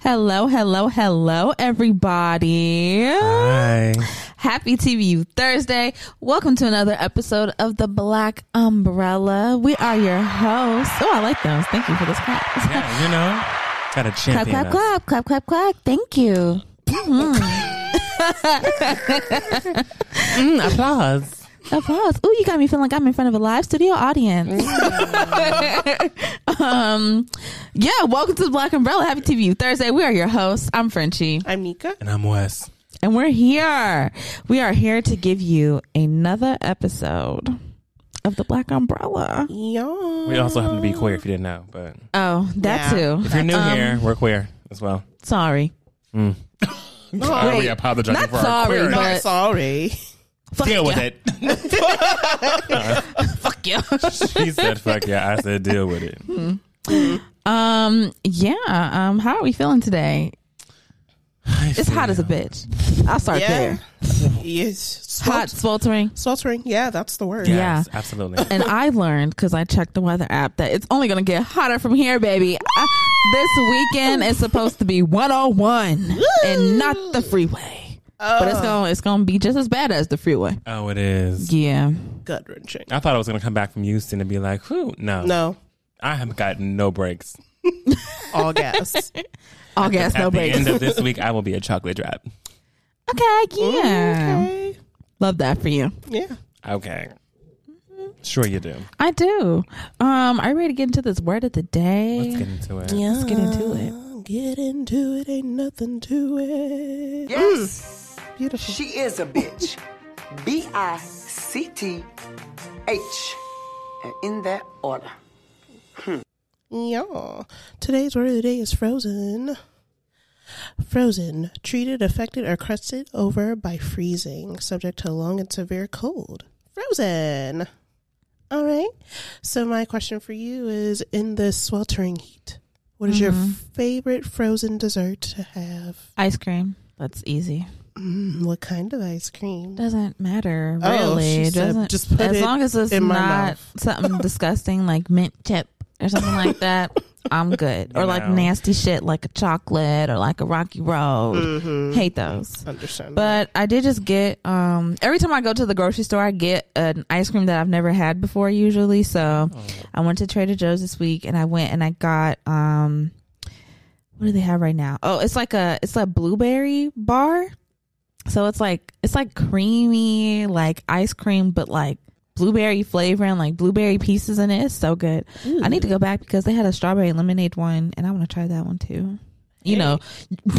Hello, hello, hello, everybody. Hi. Happy TVU Thursday. Welcome to another episode of The Black Umbrella. We are your hosts. Oh, I like those. Thank you for this clap. Yeah, you know, got a clap, champion. clap, us. clap, clap, clap, clap. Thank you. Mm-hmm. Mm, applause. Applause. Ooh, you got me feeling like I'm in front of a live studio audience. um, yeah, welcome to The Black Umbrella. Happy TVU Thursday. We are your hosts. I'm Frenchie. I'm Mika. And I'm Wes. And we're here. We are here to give you another episode of the Black Umbrella. Y'all. We also happen to be queer if you didn't know, but Oh, that Yeah. too. if you're new Um, here, we're queer as well. Sorry. Mm. Are Oh, wait, apologizing not sorry, queer- but- Not sorry. Fuck Deal with yeah. it. Fuck you. She said, fuck yeah. I said, deal with it. um, yeah. Um, how are we feeling today? It's hot as a bitch. I'll start Yeah. there. Yes. Hot, Swelt- sweltering. sweltering. Yeah, that's the word. Yes, Yeah. absolutely. And I learned because I checked the weather app that it's only going to get hotter from here, baby. I, this weekend is supposed to be 101 and not the freeway. But it's going it's going to be just as bad as the freeway. Oh, it is. Yeah. Gut wrenching. I thought I was going to come back from Houston and be like, whew, no. No. I have gotten no breaks. All gas. All gas, At no the breaks. end of this week, I will be a chocolate drop. okay, yeah. Okay. Love that for you. Yeah. Okay. Mm-hmm. Sure you do. I do. Um, are you ready to get into this word of the Let's day? get into it. Yeah. Let's get into it. Get into it. Ain't nothing to it. Yes. Beautiful. Mm. She is a bitch. B I C T H. And in that order. Y'all. Today's word of the day is frozen. Frozen. Treated, affected, or crusted over by freezing. Subject to long and severe cold. Frozen. All right. So, my question for you is in this sweltering heat, what is Mm-hmm. your favorite frozen dessert to have? Ice cream. That's easy. Mm, what kind of ice cream? Doesn't matter Oh, really. she It said, doesn't "Just put as it long as it's in my not mouth." something disgusting like mint chip or something like that. I'm good. Or You like know. nasty shit like a chocolate or like a rocky road. Mm-hmm. Hate those. Understand. But I did just get um every time I go to the grocery store I get an ice cream that I've never had before usually. So Oh. I went to Trader Joe's this week and I went and I got um what do they have right now? Oh, it's like a it's a blueberry bar. So it's like it's like creamy like ice cream but like blueberry flavor and like blueberry pieces in it. It's so good. I need to go back because they had a strawberry lemonade one and I want to try that one too. You know,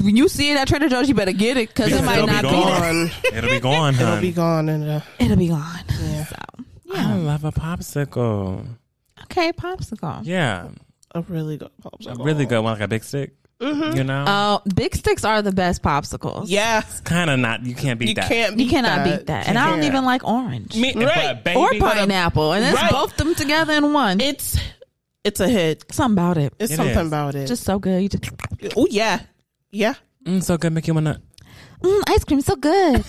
when you see it at Trader Joe's, you better get it because it Because might it'll be not be there. gone. It'll be gone, It'll hun. be gone in a It'll be gone. So I love a popsicle. okay, popsicle. Yeah, a really good a popsicle. really good one, like a big stick. You know, Oh, big sticks are the best popsicles. Yeah. it's kind of not. You can't beat You that. can't. you cannot beat beat that. And I don't Yeah. even like orange Me, Right. but baby, or pineapple, and it's Right. both them together in one. It's it's a hit. Something about it. It's It something is. about it. just so good. You just oh yeah, yeah. Mm, so good, make you wanna. mm, ice cream, so good.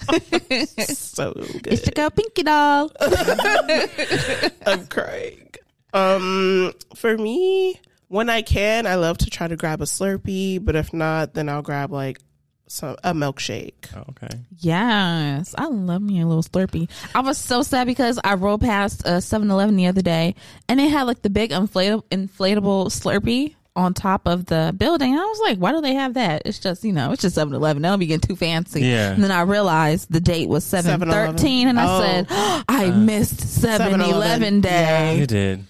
So good. it's your girl Pinky Doll. I'm crying. Um, for me, when I can, I love to try to grab a Slurpee, but if not, then I'll grab like some a milkshake. Oh, okay, Yes, I love me a little Slurpee. I was so sad because I rolled past a 7-Eleven the other day, and they had like the big inflatable inflatable Slurpee on top of the building. And I was like, why do they have that? It's just you know, it's just 7-Eleven. They don't be getting too fancy. Yeah. And then I realized the date was 7-13, and I Oh. said, I missed 7-Eleven 7-Eleven. day. you did.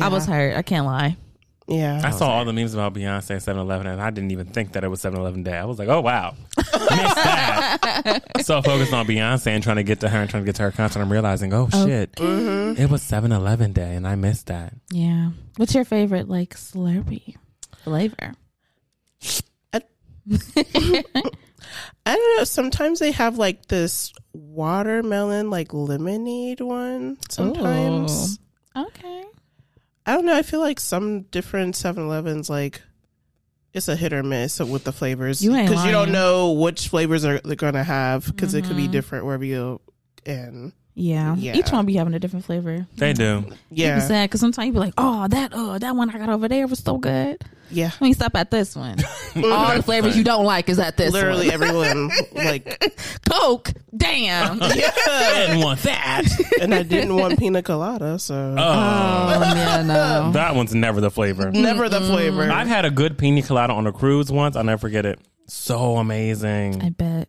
I was hurt. I can't lie. Yeah. I saw all the memes about Beyonce 7-Eleven, and I didn't even think that it was 7-Eleven Day. I was like, oh wow, missed that. so focused on Beyonce and trying to get to her and trying to get to her concert, I'm realizing, oh Mm-hmm. shit, it was 7-Eleven Day, and I missed that. Yeah. What's your favorite like Slurpee flavor? I don't know. Sometimes they have like this watermelon like lemonade one. Oh. Sometimes Ooh. Okay. I don't know. I feel like some different 7-Elevens like it's a hit or miss with the flavors You ain't you don't lying. Mm-hmm. know which flavors are they're gonna have because it could be different wherever you and Yeah. Yeah. Each one be having a different flavor. They do. Yeah. Yeah. Sad because sometimes you be like, oh that oh that one I got over there was so good. Yeah. Let me stop at this one. All the flavors you don't like is at this Literally one. everyone like Coke. Damn. oh I didn't want that. and I didn't want pina colada, so Oh. yeah, no. That one's never the flavor. never the flavor. I've had a good pina colada on a cruise once. I'll never forget it. So amazing. I bet.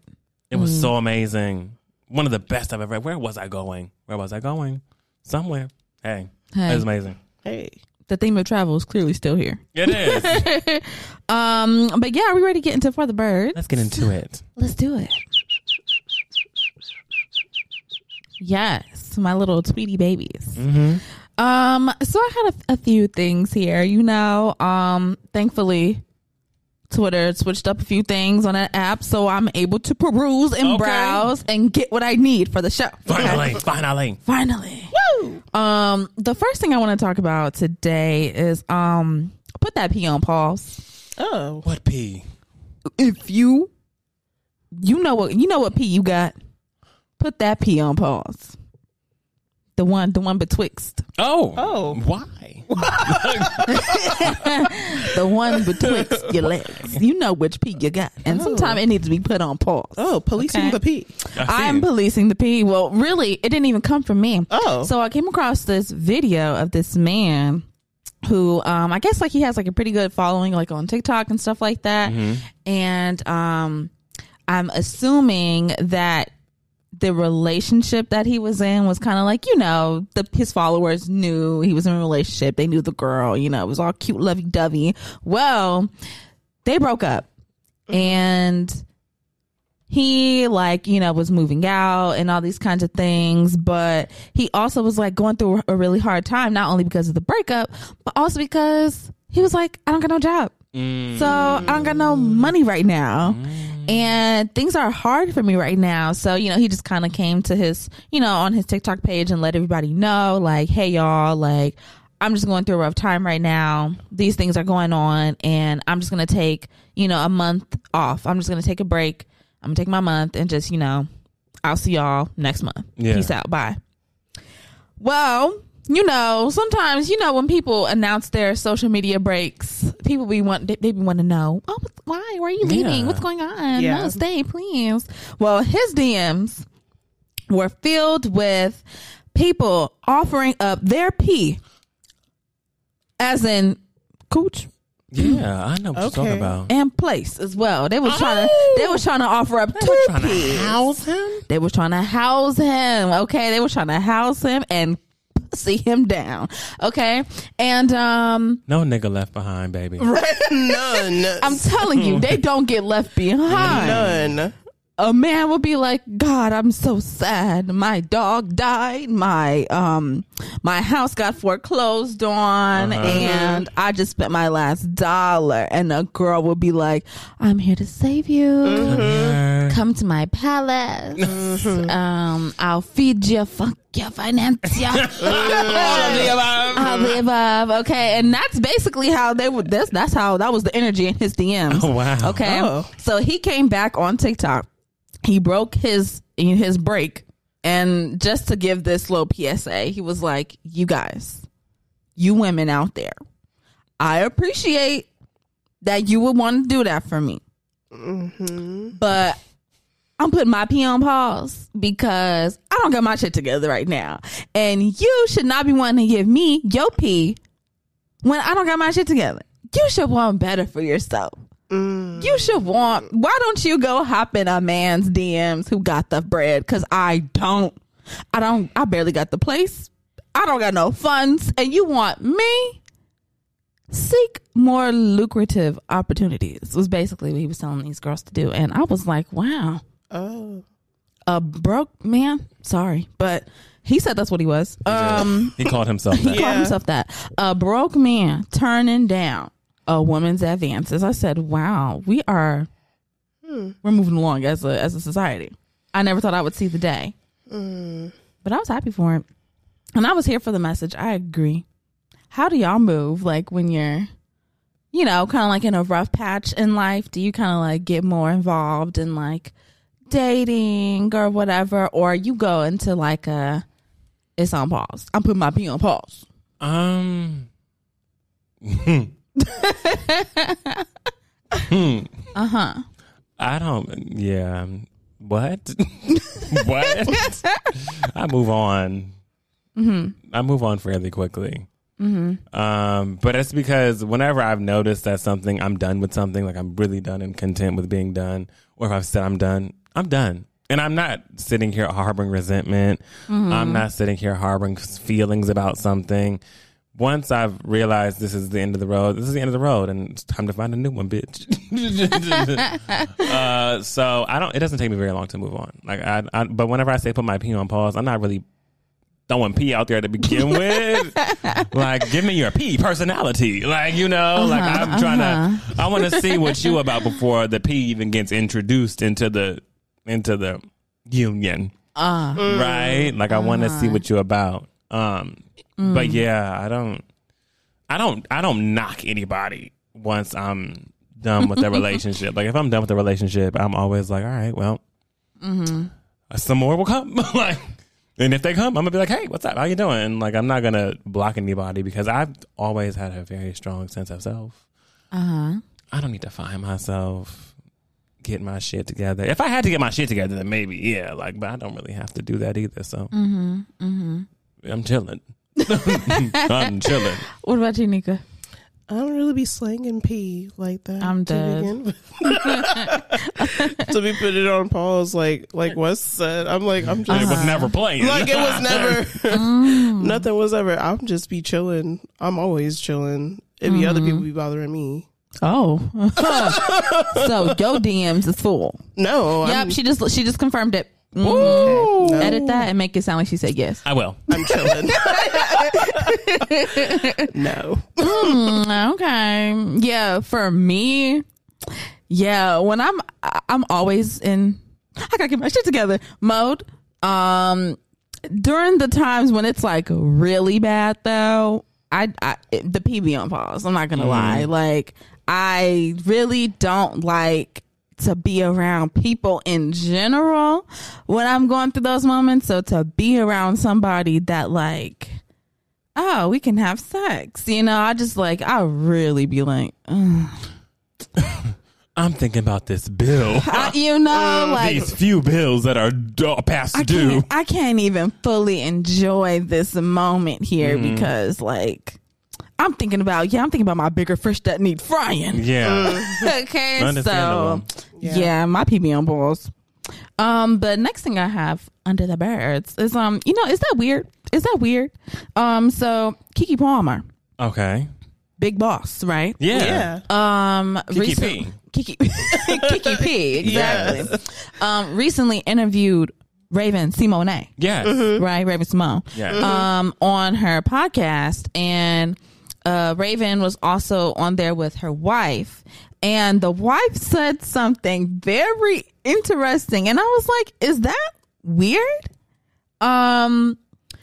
It was so amazing. One of the best I've ever had. Where was I going? Where was I going? Somewhere. Hey, Hey. it was amazing. hey. The theme of travel is clearly still here. It is. Um, but yeah, are we ready to get into for the bird? Let's get into it. Let's do it. Yes, my little Tweety babies. Mm-hmm. Um, so I had a, a few things here. You know, um, thankfully, Twitter switched up a few things on that app, so I'm able to peruse and Okay. browse and get what I need for the show. Finally, finally. Finally. Um, the first thing I want to talk about today is um, put that pee on pause Oh. What P? if you you know what you know what pee you got, put that pee on pause. The one the one betwixt. Oh. Oh. Why? The one betwixt your legs. You know which pee you got. And sometimes it needs to be put on pause. Oh, policing Okay. the pee. I I'm see. policing the pee. Well, really, it didn't even come from me. Oh. So I came across this video of this man who um I guess like he has like a pretty good following like on TikTok and stuff like that. Mm-hmm. And um I'm assuming that the relationship that he was in was kind of like you know the his followers knew he was in a relationship they knew the girl you know it was all cute lovey-dovey well they broke up Mm-hmm. and he like you know was moving out and all these kinds of things but he also was like going through a really hard time not only because of the breakup but also because he was like i don't got no job so i don't got no money right now and things are hard for me right now so you know he just kind of came to his you know on his tiktok page and let everybody know like hey y'all like I'm just going through a rough time right now. These things are going on, and I'm just gonna take, you know, a month off. I'm just gonna take a break. I'm gonna take my month and just, you know, I'll see y'all next month. Yeah. Peace out. Bye. Well, you know, sometimes you know when people announce their social media breaks, people be want they, they be want to know, oh, what's- why? Why are you leaving? Yeah. What's going on? Yeah. No, stay, please. Well, his DMs were filled with people offering up their pee, as in cooch Yeah, I know what you're talking Okay. about. and place as well. They was trying to they was trying to offer up two trying to pees. house him? They were trying to house him. Okay. They were trying to house him and pussy him down. Okay. And um No nigga left behind, baby. None. I'm telling you, they don't get left behind. None. A man will be like, God, I'm so sad. My dog died. My um my house got foreclosed on and I just spent my last dollar. And a girl will be like, I'm here to save you. Yeah. come to my palace. um, I'll feed you, fuck you, finance you. All of the above. All of the above. Okay, and that's basically how they would. That's that's how that was the energy in his DMs. Oh, wow. Okay, so he came back on TikTok. He broke his his break, and just to give this little PSA, he was like, "You guys, you women out there, I appreciate that you would want to do that for me." but I'm putting my pee on pause because I don't got my shit together right now. And you should not be wanting to give me your pee when I don't got my shit together. You should want better for yourself. You should want, why don't you go hop in a man's DMs who got the bread? Cause I don't, I don't, I barely got the place. I don't got no funds. And you want me? seek more lucrative opportunities was basically what he was telling these girls to do and i was like wow Oh. a broke man sorry but he said that's what he was um He called himself he that. called Yeah. himself that a broke man turning down a woman's advances i said wow we are we're moving along as a as a society i never thought i would see the day but i was happy for it and i was here for the message i agree how do y'all move like when you're you know kind of like in a rough patch in life do you kind of like get more involved and like dating or whatever, or you go into like a it's on pause. I'm putting my pee on pause. Um. Uh huh. I don't. Yeah. um, What? what? I move on. I move on fairly quickly. Um, but it's because whenever I've noticed that something, I'm done with something. Like I'm really done and content with being done. Or if I've said I'm done, I'm done. And I'm not sitting here harboring resentment. I'm not sitting here harboring feelings about something. Once I've realized this is the end of the road, this is the end of the road, and it's time to find a new one, bitch. uh, so I don't. It doesn't take me very long to move on. Like I, I, but whenever I say put my pee on pause, I'm not really throwing pee out there to begin with. like, give me your pee personality. Like, you know, like I'm trying to. I want to see what you about before the pee even gets introduced into the into the union, Uh right? Like, I want to see what you about. Um, but yeah, I don't, I don't, I don't knock anybody once I'm done with the relationship. like, if I'm done with the relationship, I'm always like, all right, well, some more will come. like, and if they come, I'm gonna be like, hey, what's up? How you doing? And like, I'm not gonna block anybody because I've always had a very strong sense of self. uh huh. I don't need to find myself, get my shit together. If I had to get my shit together, then maybe yeah, like, but I don't really have to do that either. So Mhm. Mhm. I'm chilling. I'm chilling. What about you, Nika? I don't really be slanging pee like that. I'm to dead. begin with. to be put it on pause, like like Wes said, I'm like I'm just It was never playing. like it was never Mm. nothing was ever. I'm just be chilling. I'm always chilling. It be other Mm-hmm. people be bothering me. Oh, so your DMs is full. No, yep, I'm, she just she just confirmed it. Mhm. Ooh. Edit that and make it sound like she said yes. I will. I'm chilling. no, Mm, okay. Yeah, for me, yeah, when I'm I- I'm always in I gotta get my shit together mode. Um during the times when it's like really bad though, I, I it- the PB on pause. I'm not gonna lie. Like I really don't like to be around people in general when I'm going through those moments. So to be around somebody that like oh, we can have sex. You know, I just like, I really be like, ugh. I'm thinking about this bill. I, you know, like, Uh, These few bills that are d- past I due. can't, I can't even fully enjoy this moment here Mm-hmm. because, like, I'm thinking about, yeah, I'm thinking about my bigger fish that need frying. Yeah. okay, so, Understandable. yeah. my PB on balls. Um, but next thing I have under the birds is, um, you know, is that weird? Is that weird? Um, so Kiki Palmer, Okay. big boss, right? Yeah. yeah, Um, Kiki recent- P. Kiki, Kiki P. Exactly. Um, recently interviewed Raven Simone, Yes. right? Raven Simone. Mm-hmm. Yeah. Mm-hmm. Um, on her podcast, and uh, Raven was also on there with her wife, and the wife said something very interesting, and I was like, "Is that weird?" Um,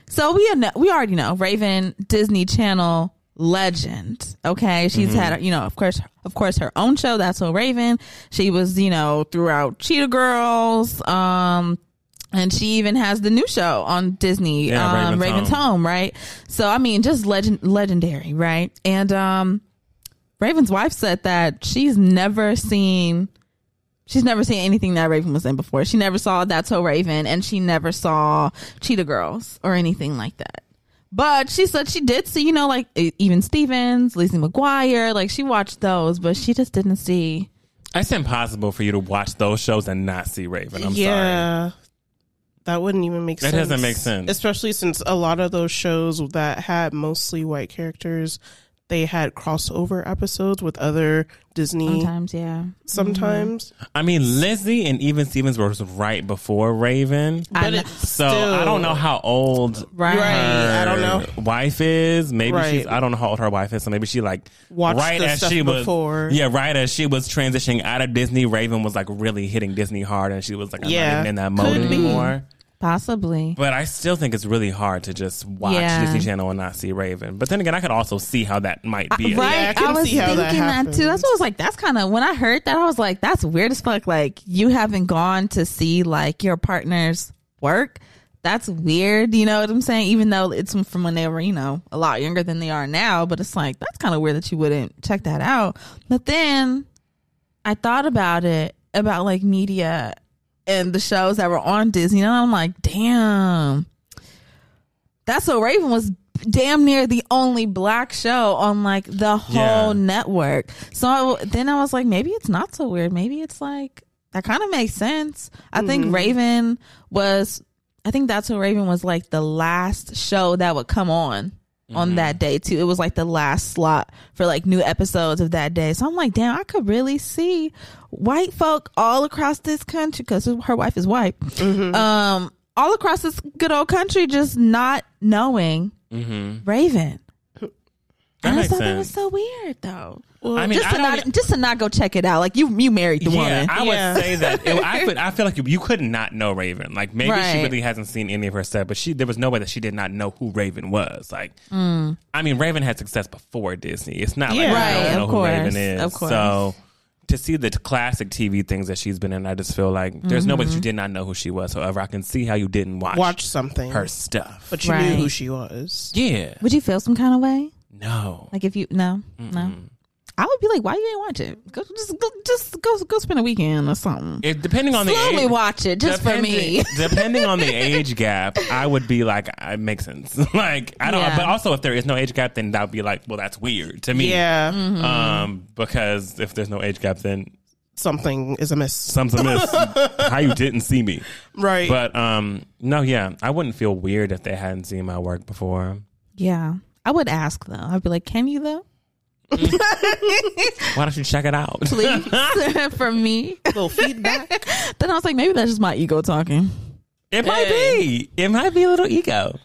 so we know, we already know Raven Disney Channel legend. Okay, she's Mm-hmm. had you know of course of course her own show. That's so Raven. She was you know throughout Cheetah Girls. Um. And she even has the new show on Disney, Yeah, um, Raven's Raven's Home. Home, right? So I mean, just legend, legendary, right? And um, Raven's wife said that she's never seen she's never seen anything that Raven was in before. She never saw That's So Raven and she never saw Cheetah Girls or anything like that. But she said she did see, you know, like e- even Stevens, Lizzie McGuire, like she watched those, but she just didn't see. It's impossible for you to watch those shows and not see Raven. I'm sorry. yeah. That wouldn't even make That sense. doesn't make sense. Especially since a lot of those shows that had mostly white characters, they had crossover episodes with other Disney Sometimes, yeah. sometimes. Mm-hmm. I mean, Lizzie and even Stevens was right before Raven. I But know. it's So still, I don't know how old Right. Right. I don't her Wife is maybe Right. she's I don't know how old her wife is, so maybe she like Watched right the as stuff she was before. yeah right as she was transitioning out of Disney. Raven was like really hitting Disney hard, and she was like I'm Yeah. not even in that mode anymore. Possibly. But I still think it's really hard to just watch Yeah. Disney Channel and not see Raven. But then again, I could also see how that might be. right. Yeah, I can I, was see how thinking that that, too. That's what I was like. That's kind of when I heard that, I was like, that's weird as fuck. Like, you haven't gone to see like your partner's work. That's weird. You know what I'm saying? Even though it's from when they were, you know, a lot younger than they are now, but it's like, that's kind of weird that you wouldn't check that out. But then I thought about it, about like media and the shows that were on Disney. And I'm like, damn. That's so Raven was damn near the only black show on like the whole Yeah. network. So I, then I was like, maybe it's not so weird. Maybe it's like, that kind of makes sense. I think Mm-hmm. Raven was, I think that's what Raven was like the last show that would come on on Mm-hmm. that day too. It was like the last slot for like new episodes of that day. So I'm like, damn, I could really see white folk all across this country because her wife is white. Mm-hmm. Um, all across this good old country, just not knowing Raven. Mm-hmm. That and I makes thought that was sense. so weird though. I mean, just I to don't e- not just to not go check it out. Like you, you married the Yeah, woman. I Yeah. would say that it, I could. I feel like you, you could not know Raven. Like maybe she Right. really hasn't seen any of her stuff, but she there was no way that she did not know who Raven was. Like, I mean, Raven had success before Disney. It's not like Yeah. we Mm. Right, don't know of who course, Raven is. of course. So to see the classic TV things that she's been in, I just feel like there's no way Mm-hmm. that you did not know who she was. However, I can see how you didn't watch, Watch something. her stuff. But you knew Right. who she was. yeah, Would you feel some kind of way? no. Like if you no no, I would be like, why you didn't watch it? Go just go just go go spend a weekend or something. It, depending on the Slowly age, watch it just for me. depending on the age gap, I would be like, "Uh, it makes sense. like I don't. Yeah. But also, if there is no age gap, then that would be like, well, that's weird to me. Yeah. Um, because if there's no age gap, then Something is amiss. something amiss. how you didn't see me? Right. But um, no, yeah, I wouldn't feel weird if they hadn't seen my work before. Yeah, I would ask though. I'd be like, can you though? Why don't you check it out? Please for me. little feedback. Then I was like, maybe that's just my ego talking. It might be. It might be a little ego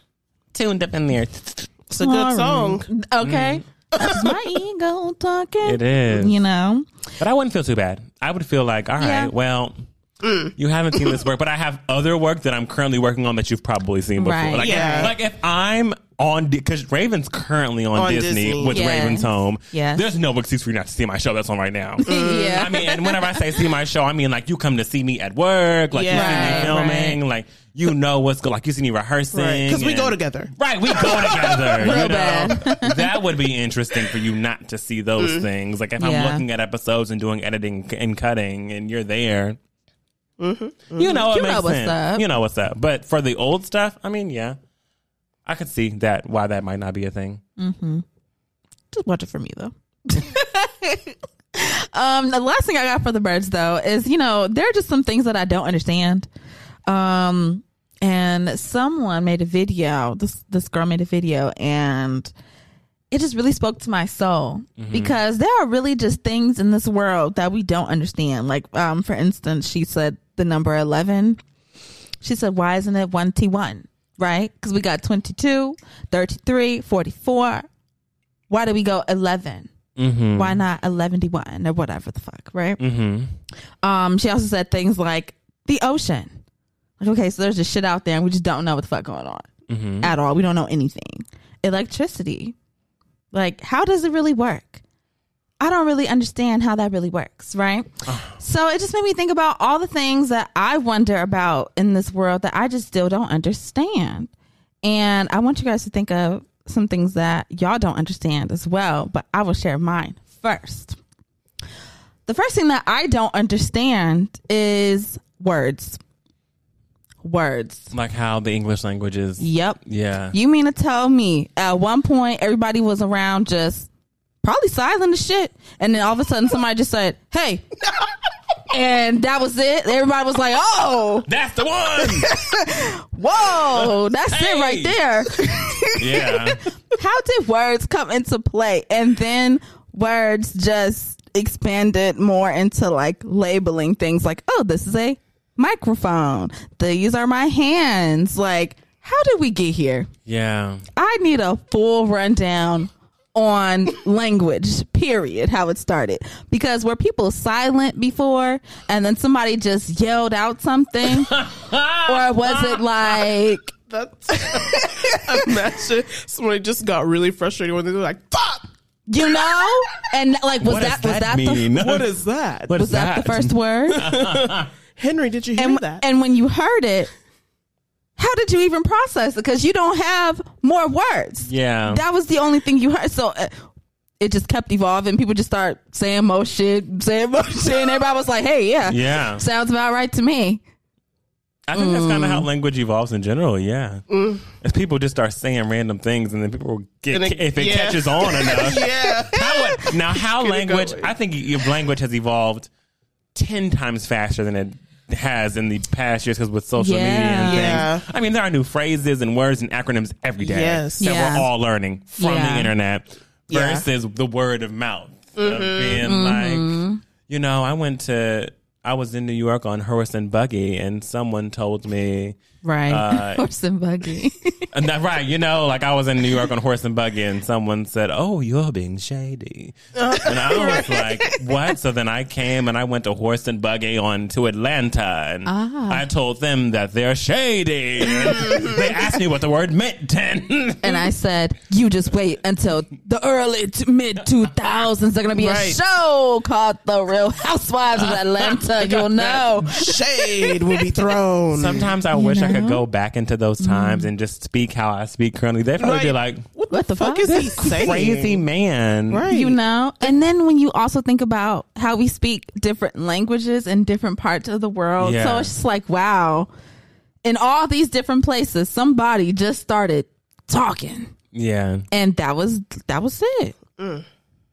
tuned up in there. It's a good All song. Okay, that's my ego talking. Mm. It is. You know, But I wouldn't feel too bad. I would feel like, all right, Yeah. well, Mm. you haven't seen this work, but I have other work that I'm currently working on that you've probably seen before. Right. Like, Yeah. like if I'm on because Raven's currently on, On Disney, Disney. with Yes. Raven's home. Yes. There's no excuse for you not to see my show that's on right now. Mm-hmm. yeah. I mean, and whenever I say see my show, I mean like you come to see me at work, like Yeah. you see me Right, filming, like you know what's good, like you see me rehearsing. Right. Because we and- go together. Right, we go together. you know? bad. Mm. that would be interesting for you not to see those things. Like if Yeah. I'm looking at episodes and doing editing and cutting, and you're there, you know, it Mm-hmm, You know makes what's sense. up. You know what's up. But for the old stuff, I mean, yeah, I could see that why that might not be a thing. just watch it for me though. um, the last thing I got for the birds though is you know there are just some things that I don't understand. Um, and someone made a video. This this girl made a video, and it just really spoke to my soul because there are really just things in this world that we don't understand. Like, um, for instance, she said the number eleven. She said, why isn't it 1T1? Right? Because we got 22, 33, 44. Why do we go 11? Why not 11D1 or whatever the fuck, right? Mm-hmm. Um, she also said things like the ocean. Like, okay, so there's just shit out there and we just don't know what the fuck going on at all. We don't know anything. Electricity. Like, how does it really work? I don't really understand how that really works, right? So it just made me think about all the things that I wonder about in this world that I just still don't understand. And I want you guys to think of some things that y'all don't understand as well, but I will share mine first. The first thing that I don't understand is words. Words. Like how the English language is, Yep. yeah, You mean to tell me at one point everybody was around just probably silent as shit, and then all of a sudden somebody just said, "Hey," and that was it. Everybody was like, "Oh, that's the one. whoa, that's it right Hey. there." yeah, How did words come into play, and then words just expanded more into like labeling things, like, "Oh, this is a microphone. These are my hands." Like, how did we get here? yeah. I need a full rundown on language, period, how it started. Because were people silent before and then somebody just yelled out something? or was it like, That's imagine somebody just got really frustrated when they were like, "Fuck, you know? And like, was What that, does was that, the, mean? what is that?" What was is that the first word? Henry, did you hear and, that? and when you heard it, how did you even process it? Because you don't have more words. Yeah. That was the only thing you heard. So uh, it just kept evolving. People just start saying more shit, saying more shit. And everybody was like, hey, yeah, yeah. sounds about right to me. I think that's kind of how Mm. language evolves in general. Yeah, as people just start saying random things, and then people will get And Mm. it- if it yeah. catches on enough. yeah, How it- now, how language? going. I think your language has evolved ten times faster than it has in the past years because with social media and Yeah. things. I mean, there are new phrases and words and acronyms every day Yes. that Yeah. we're all learning from Yeah. the internet Yeah. Mm-hmm. versus the word of mouth of being like, you know, I went to. I was in New York on horse and buggy, and someone told me Right. Uh, Horse and buggy. and that, right, you know, like I was in New York on horse and buggy, and someone said, "Oh, you're being shady," and I was like, "What?" So then I came and I went to horse and buggy on to Atlanta, and I told them that they're shady. And they asked me what the word meant, and and I said, you just wait until the early to mid 2000s. There's going to be a Right. show called The Real Housewives of Atlanta. You'll know. shade will be thrown. sometimes I wish I could go back into those times and just speak how I speak currently. They'd probably be like, Right. What the fuck is he saying? "Crazy man." Right. you know and then when you also think about how we speak different languages in different parts of the world Yeah. so it's just like wow in all these different places somebody just started talking Yeah. and that was that was it Mm.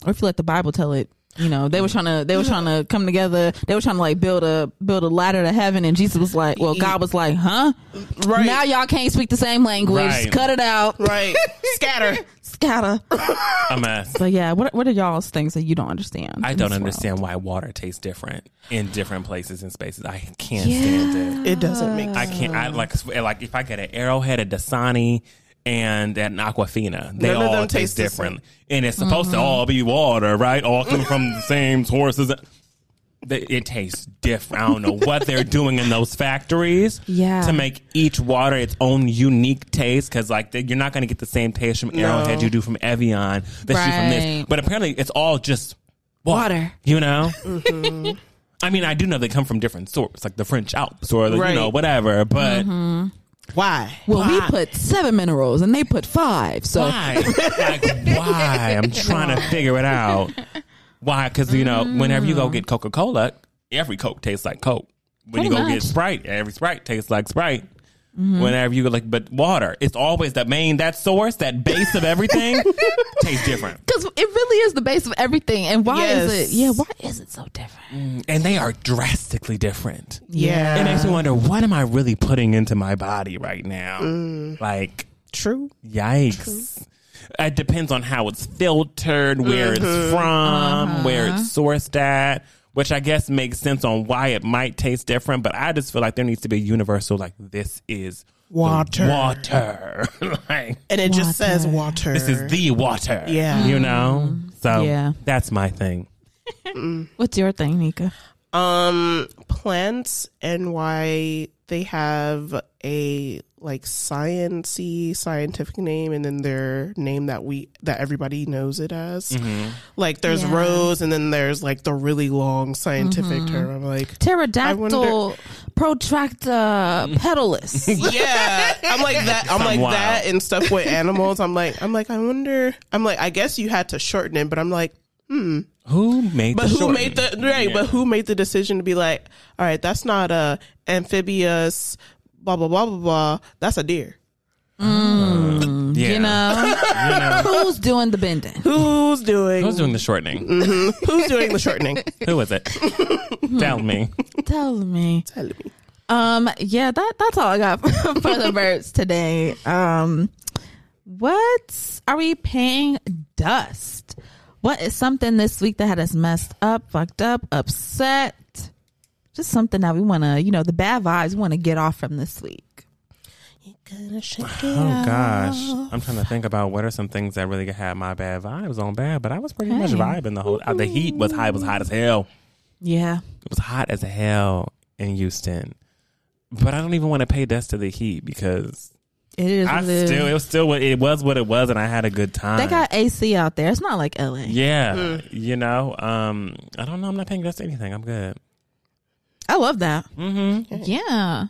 or if you let the bible tell it you know they were trying to they were trying to come together they were trying to like build a build a ladder to heaven and jesus was like well god was like huh Right. now y'all can't speak the same language Right. cut it out Right. Scatter. scatter A mess. but yeah what, what are y'all's things that you don't understand I in this don't world? understand why water tastes different in different places and spaces. I can't stand it. It doesn't Uh, make I can't. Mm-hmm. I like sw- like if I get an Arrowhead, a Dasani, and an Aquafina, they None of all them taste taste the same. Mm-hmm. different, and it's supposed to all be water, right? All come from the same sources. They- It tastes different. I don't know what they're doing in those factories Yeah. to make each water its own unique taste. Because like they- you're not going to get the same taste from Arrowhead you do from Evian that you from this. Right. But apparently, it's all just water. Water. You know. Mm. I mean, I do know they come from different sorts, like the French Alps or the, you Right. Mm-hmm. know whatever. But Why? Well, we put seven minerals and they put five. So why? like why? I'm trying to figure it out. Why? Because you know, whenever you go get Coca Cola, every Coke tastes like Coke. When you Pretty go get much. Sprite, every Sprite tastes like Sprite. Whenever you go like, but water, it's always that main, that source, that base of everything tastes different. because it really is the base of everything. And why Yes. is it? Yeah, why is it so different? And they are drastically different. Yeah. It makes me wonder, what am I really putting into my body right now? Mm. Like, True. Yikes. It depends on how it's filtered, where Mm-hmm. it's from, where it's Uh-huh. sourced at, which I guess makes sense on why it might taste different, but I just feel like there needs to be a universal like this is the Water. Water. like And it just says water. this is the water. Yeah. Mm-hmm. You know? So Yeah. that's my thing. What's your thing, Nika? um plants and why they have a like sciency scientific name and then their name that we that everybody knows it as Mm-hmm. like there's Yeah. Mm-hmm. rose and then there's like the really long scientific term i'm like Pterodactyl, wonder- protractor, pedalus. yeah i'm like that i'm like Wow. that and stuff with animals i'm like i'm like i wonder i'm like i guess you had to shorten it but i'm like Who made But the who short- made the right? But who made the decision to be like, all right, that's not a amphibious, blah blah blah blah blah. That's a deer. yeah. You know, Um, who's doing the bending? Who's doing? Who's doing the shortening? Who's doing the shortening? Who was it? Tell me. Tell me. Tell me. Um, yeah, that that's all I got for the birds today. Um, what are we paying dust? What is something this week that had us messed up, fucked up, upset? Just something that we want to, you know, the bad vibes want to get off from this week. ain't gonna shake it Oh gosh, off. I'm trying to think about what are some things that really had my bad vibes on bad, but I was pretty much Hey. vibing the whole. Uh, the heat was high. It was hot as hell. Yeah. It was hot as hell in Houston, but I don't even want to pay dust to the heat because It is. I what it is. still it was still what it was what it was, and I had a good time. they got AC out there. It's not like LA. yeah, you know. Um, I don't know. I'm not paying dust to anything. I'm good. I love that. Mm-hmm. Yeah.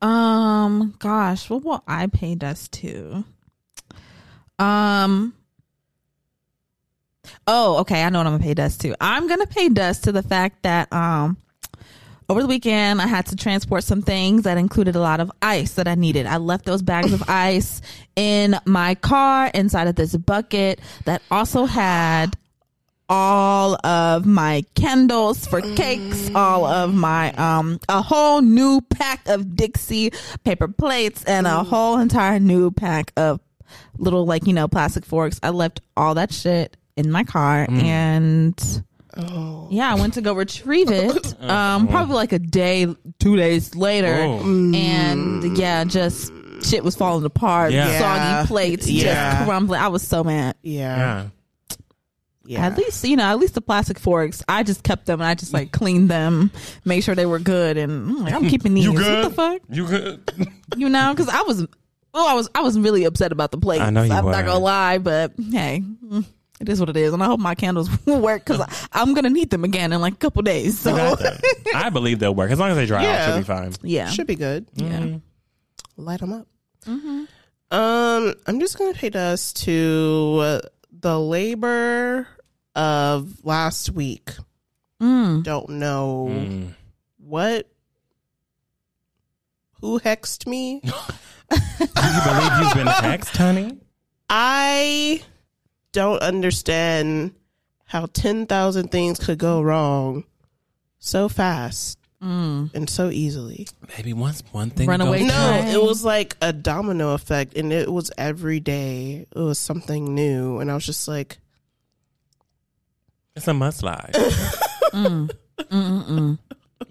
Um. Gosh, what will I pay dust to? Um. Oh, okay. I know what I'm gonna pay dust to. I'm gonna pay dust to the fact that um, over the weekend I had to transport some things that included a lot of ice that I needed. I left those bags of ice in my car inside of this bucket that also had all of my candles for cakes, all of my um a whole new pack of Dixie paper plates and Mm. a whole entire new pack of little like, you know, plastic forks. I left all that shit in my car and Mm. Oh. yeah, I went to go retrieve it. Um probably like a day, 2 days later Mm. Oh. and yeah, just shit was falling apart. Yeah. Yeah. Soggy plates Yeah. just crumbling. I was so mad. Yeah. Yeah. Yeah. At least you know, at least the plastic forks. I just kept them and I just like cleaned them, made sure they were good, and I'm, like, I'm keeping these. You good? What the fuck? You good? You know, because I was, oh, I was, I was really upset about the plate. I know you I'm were. not gonna lie, but hey, mm, it is what it is, and I hope my candles will work because I'm gonna need them again in like a couple days. So I believe they'll work as long as they dry out. Yeah. Should be fine. yeah, Should be good. Mm. yeah. Light them up. Um, I'm just gonna pay us to uh, the labor of last week. Mm. Don't know Mm. what. Who hexed me? Do you believe you've been hexed, honey? I don't understand how 10,000 things could go wrong so fast and so easily. Baby, once one thing Runaway goes Okay. No, Dang. it was like a domino effect, and it was every day. It was something new, and I was just like, It's a mudslide.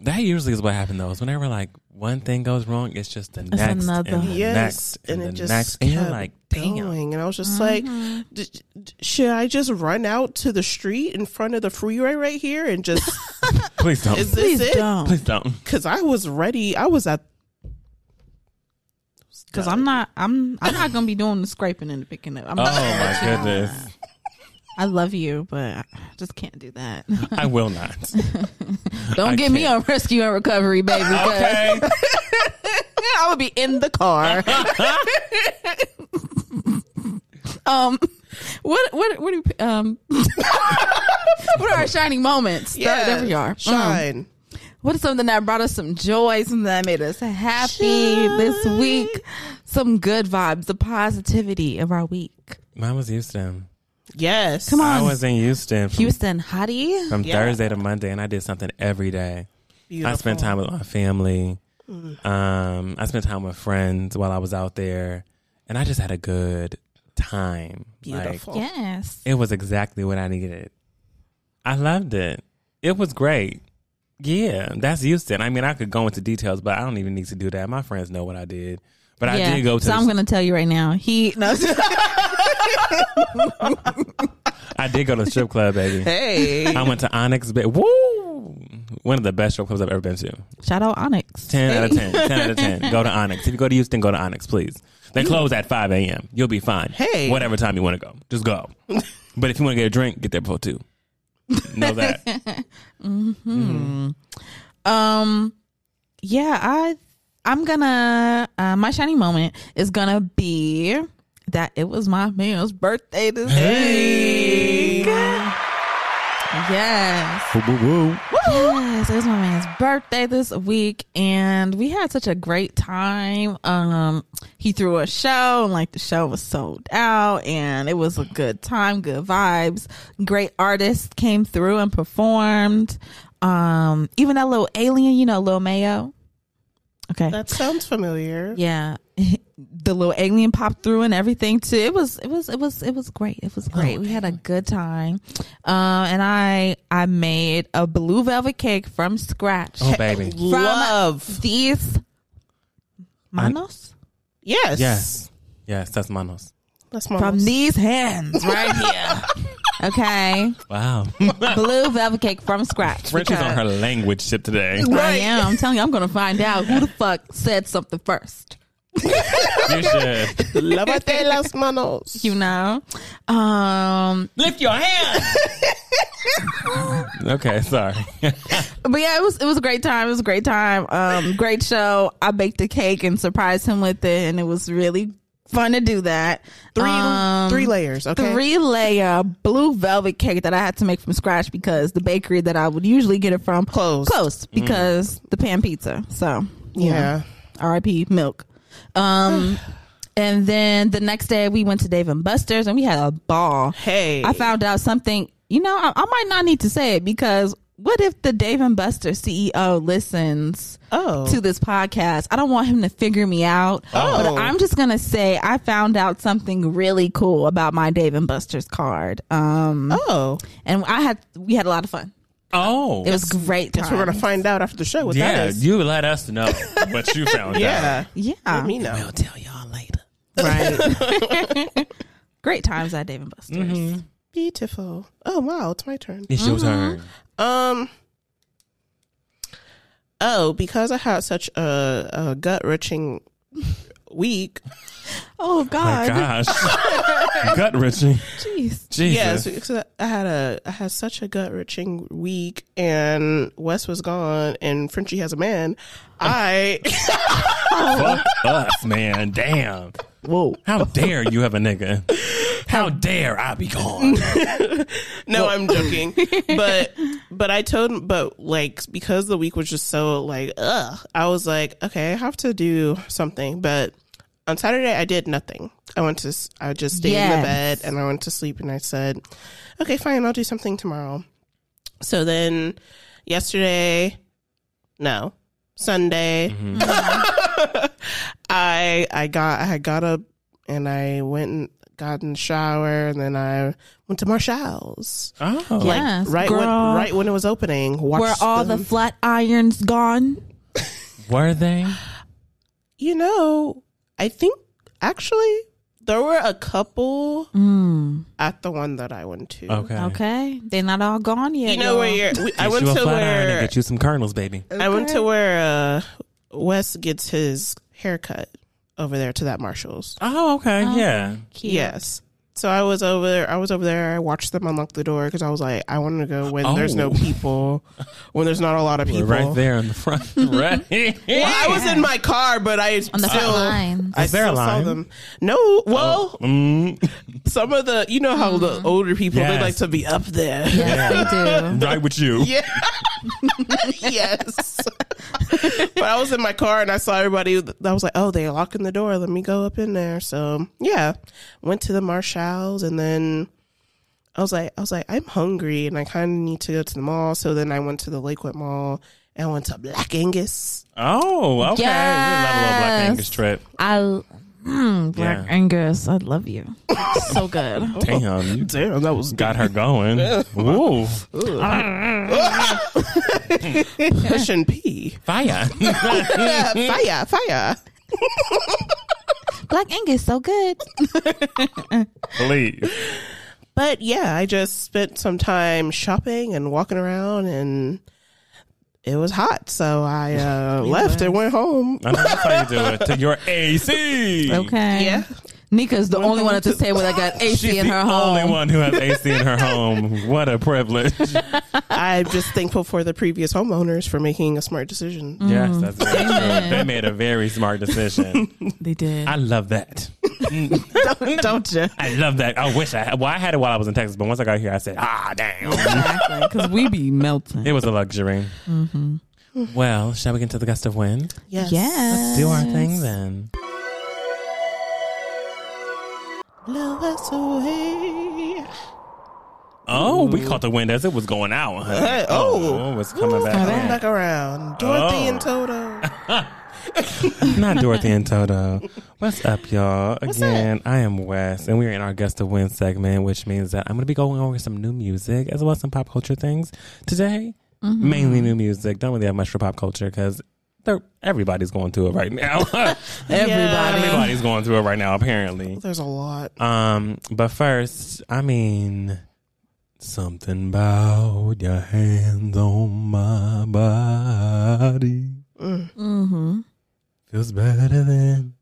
that usually is what happened though. Is whenever like one thing goes wrong, it's just the next, another. and the yes, next, and, and, it the just next, kept and you're like, damn. going, and I was just Mm-hmm. like, D- d- should I just run out to the street in front of the freeway right here and just Please don't. is this Please it? don't, Please don't. Because I was ready. I was at because I'm not, I'm, I'm not gonna be doing the scraping and the picking up. I'm Oh not, my goodness. I love you, but I just can't do that. I will not. Don't I get me on can't. rescue and recovery, baby. 'cause Okay. I would be in the car. um, what what what do you, um? what are our shining moments? Yeah, there we are. Mm. Shine. What is something that brought us some joy? Something that made us happy this week? Some good vibes, the positivity of our week. Mine was Houston. Yes. Come on, I was in Houston from, Houston hottie. from Yeah. Thursday to Monday, and I did something every day. I spent time with my family. Um, I spent time with friends while I was out there, and I just had a good time. Like, Beautiful. Yes. it was exactly what I needed. I loved it. It was great. Yeah, that's Houston. I mean, I could go into details, but I don't even need to do that. My friends know what I did, but I did go to. so the- I'm going to tell you right now. He no, I did go to the strip club, baby. Hey. I went to Onyx. Ba- Woo! One of the best strip clubs I've ever been to. shout out Onyx. 10 out of 10. 10 out of 10. Go to Onyx. If you go to Houston, go to Onyx, please. They close at 5 a.m. You'll be fine. Hey. Whatever time you want to go, just go. but if you want to get a drink, get there before 2. Know that. Um, yeah, I I'm gonna uh, my shining moment is gonna be that it was my man's birthday this week. Yes, Woo, woo, woo. yes, it was my man's birthday this week, and we had such a great time. Um, he threw a show, and like the show was sold out, and it was a good time, good vibes. Great artists came through and performed. Um, even that little alien, you know, Lil Mayo. Okay. That sounds familiar. Yeah. The little alien popped through and everything too. It was it was it was it was great. It was great. we had a good time. Um and I I made a blue velvet cake from scratch. Oh, baby. From Love. these manos? Yes. Yes. Yes, that's Manos. That's From mama's. these hands right here. Okay. Wow. Blue velvet cake from scratch. French is on because- her language tip today. I am. I'm telling you, I'm going to find out who the fuck said something first. you should. Lávate las manos. You know? Um, Lift your hand. okay, sorry. but yeah, it was it was a great time. It was a great time. Um, great show. I baked a cake and surprised him with it, and it was really fun to do that. Three, Um, three layers. Okay. Three layer blue velvet cake that I had to make from scratch because the bakery that I would usually get it from Closed. closed because the pan pizza. So you know. Yeah. R.I.P. Milk. Um, and then the next day we went to Dave and Buster's and we had a ball. Hey. I found out something. You know, I, I might not need to say it because what if the Dave and Buster CEO listens Oh. to this podcast? I don't want him to figure me out. Oh. But I'm just gonna say I found out something really cool about my Dave and Buster's card. Um, oh. and I had we had a lot of fun. Oh. It was great. Guess we're time. gonna find out after the show what yeah, that is. you let us know what you found out. yeah. yeah. Let me know. We'll tell y'all later. Right. Great times at Dave and Buster's. Mm-hmm. Beautiful. Oh wow, it's my turn. It's your turn. Um. Oh, because I had such a, a gut wrenching week. Oh God. Gosh. Gut wrenching. Jeez. Jesus. Yes, because I had a I had such a gut wrenching week, and Wes was gone, and Frenchie has a man. I Fuck us, man. Damn. Whoa. How dare you have a nigga? How dare I be gone? no, I'm joking, but but I told, but like because the week was just so like ugh, I was like, okay, I have to do something, but. On Saturday, I did nothing. I went to, s- I just stayed in the Yes. bed and I went to sleep and I said, okay, fine, I'll do something tomorrow. So then yesterday, no, Sunday, I I got I had got up and I went and got in the shower and then I went to Marshall's. Oh. Yes, right girl. when right when it was opening. Watched Were all the them. flat irons gone? Were they? you know, I think actually there were a couple Mm. at the one that I went to. Okay. Okay, they're not all gone yet. You know where y'all. you're, we, I Get went you a to flat iron and where get you some kernels, baby. I went to where uh, Wes gets his haircut over there to that Marshalls. Oh, okay. Yeah. Cute. Yes. So I was over. I was over there. I watched them unlock the door because I was like, I wanted to go when there's no Oh. people, when there's not a lot of people. Right there in the front. right. Well, I was in my car, but I on the front still. line. I Is there a still saw line? them. No, well, Mm. some of the you know how the older people they Yes. like to be up there. Yes, they do. Right with you. Yeah. yes. but I was in my car and I saw everybody. I was like, oh, they're locking the door. Let me go up in there. So yeah, went to the Marshalls and then I was like, I was like, I'm hungry and I kind of need to go to the mall. So then I went to the Lakewood Mall and went to Black Angus. Oh, okay. We love a little Black Yes. Angus trip. I mm, Black Yeah. Angus, I love you. so good. Damn, you Damn, that was got her going. Ooh, push and pee. fire. fire, fire. Black Angus, so good. Please. But yeah, I just spent some time shopping and walking around and it was hot, so I uh, left and went home. I know that's how you do it. To your AC. Okay. Yeah. Nika's the only one at this table that got AC She's in her the home. only one who has AC in her home. What a privilege. I'm just thankful for the previous homeowners for making a smart decision. Yes, that's very true. They made a very smart decision. They did. I love that. Don't you? I love that. I wish I had. Well, I had it while I was in Texas, but once I got here, I said, ah, damn. Exactly, because we be melting. It was a luxury. Mm-hmm. Well, shall we get into the gust of wind? Yes. Yes. Do our thing then. Blow us away. Oh, we caught the wind as it was going out. Huh? Hey, oh. oh, it's coming back. Come back around. Dorothy Oh. and Toto. Not Dorothy and Toto. What's up, y'all? Again, I am Wes, and we are in our Gust of Wind segment, which means that I'm going to be going over some new music as well Mm-hmm. as some pop culture things today. Mainly new music. Don't really have much for pop culture because They're, everybody's going through it right now. Everybody. everybody's going through it right now, apparently. There's a lot. Um, but first, I mean, something about your hands on my body Mm-hmm. feels better than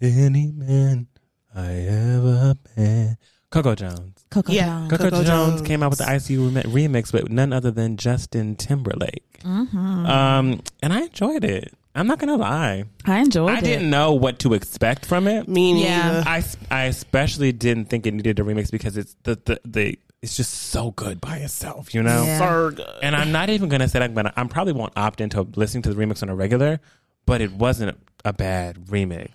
any man I ever been. Coco Jones. Coco Yeah. Coco, Coco Jones Jones. came out with the ICU remi- remix with none other than Justin Timberlake. Mm-hmm. Um, and I enjoyed it. I'm not gonna lie. I enjoyed I it. didn't know what to expect from it. Me Yeah. neither. I, I especially didn't think it needed a remix because it's the the, the it's just so good by itself, you know. Yeah. Are good. And I'm not even gonna say that I'm gonna. I probably won't opt into listening to the remix on a regular, but it wasn't a bad remix.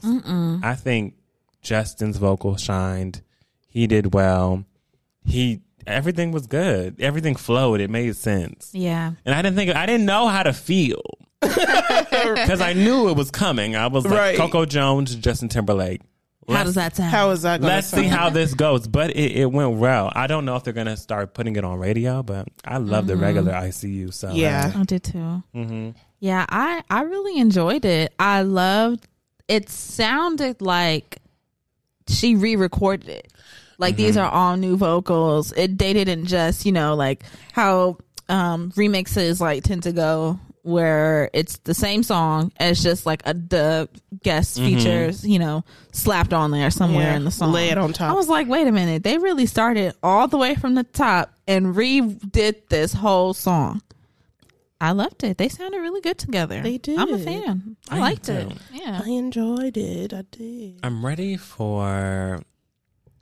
I think Justin's vocal shined. He did well. He everything was good. Everything flowed. It made sense. Yeah. And I didn't think I didn't know how to feel because I knew it was coming. I was like Right. Coco Jones, Justin Timberlake. How does that sound? How is that going Let's see how this goes. But it, it went well. I don't know if they're gonna start putting it on radio, but I love Mm-hmm. the regular ICU. So uh, Yeah. Mm-hmm. I did too. mhm. Yeah, I I really enjoyed it. I loved. It sounded like she re-recorded it. Like these Mm-hmm. are all new vocals. It they didn't just you know like how um remixes like tend to go where it's the same song as just like a the guest features you know slapped on there somewhere Mm-hmm. Yeah. in the song. Lay it on top. I was like, wait a minute, they really started all the way from the top and redid this whole song. I loved it. They sounded really good together. They did. I'm a fan. I, I liked do it. too. Yeah. I enjoyed it. I did. I'm ready for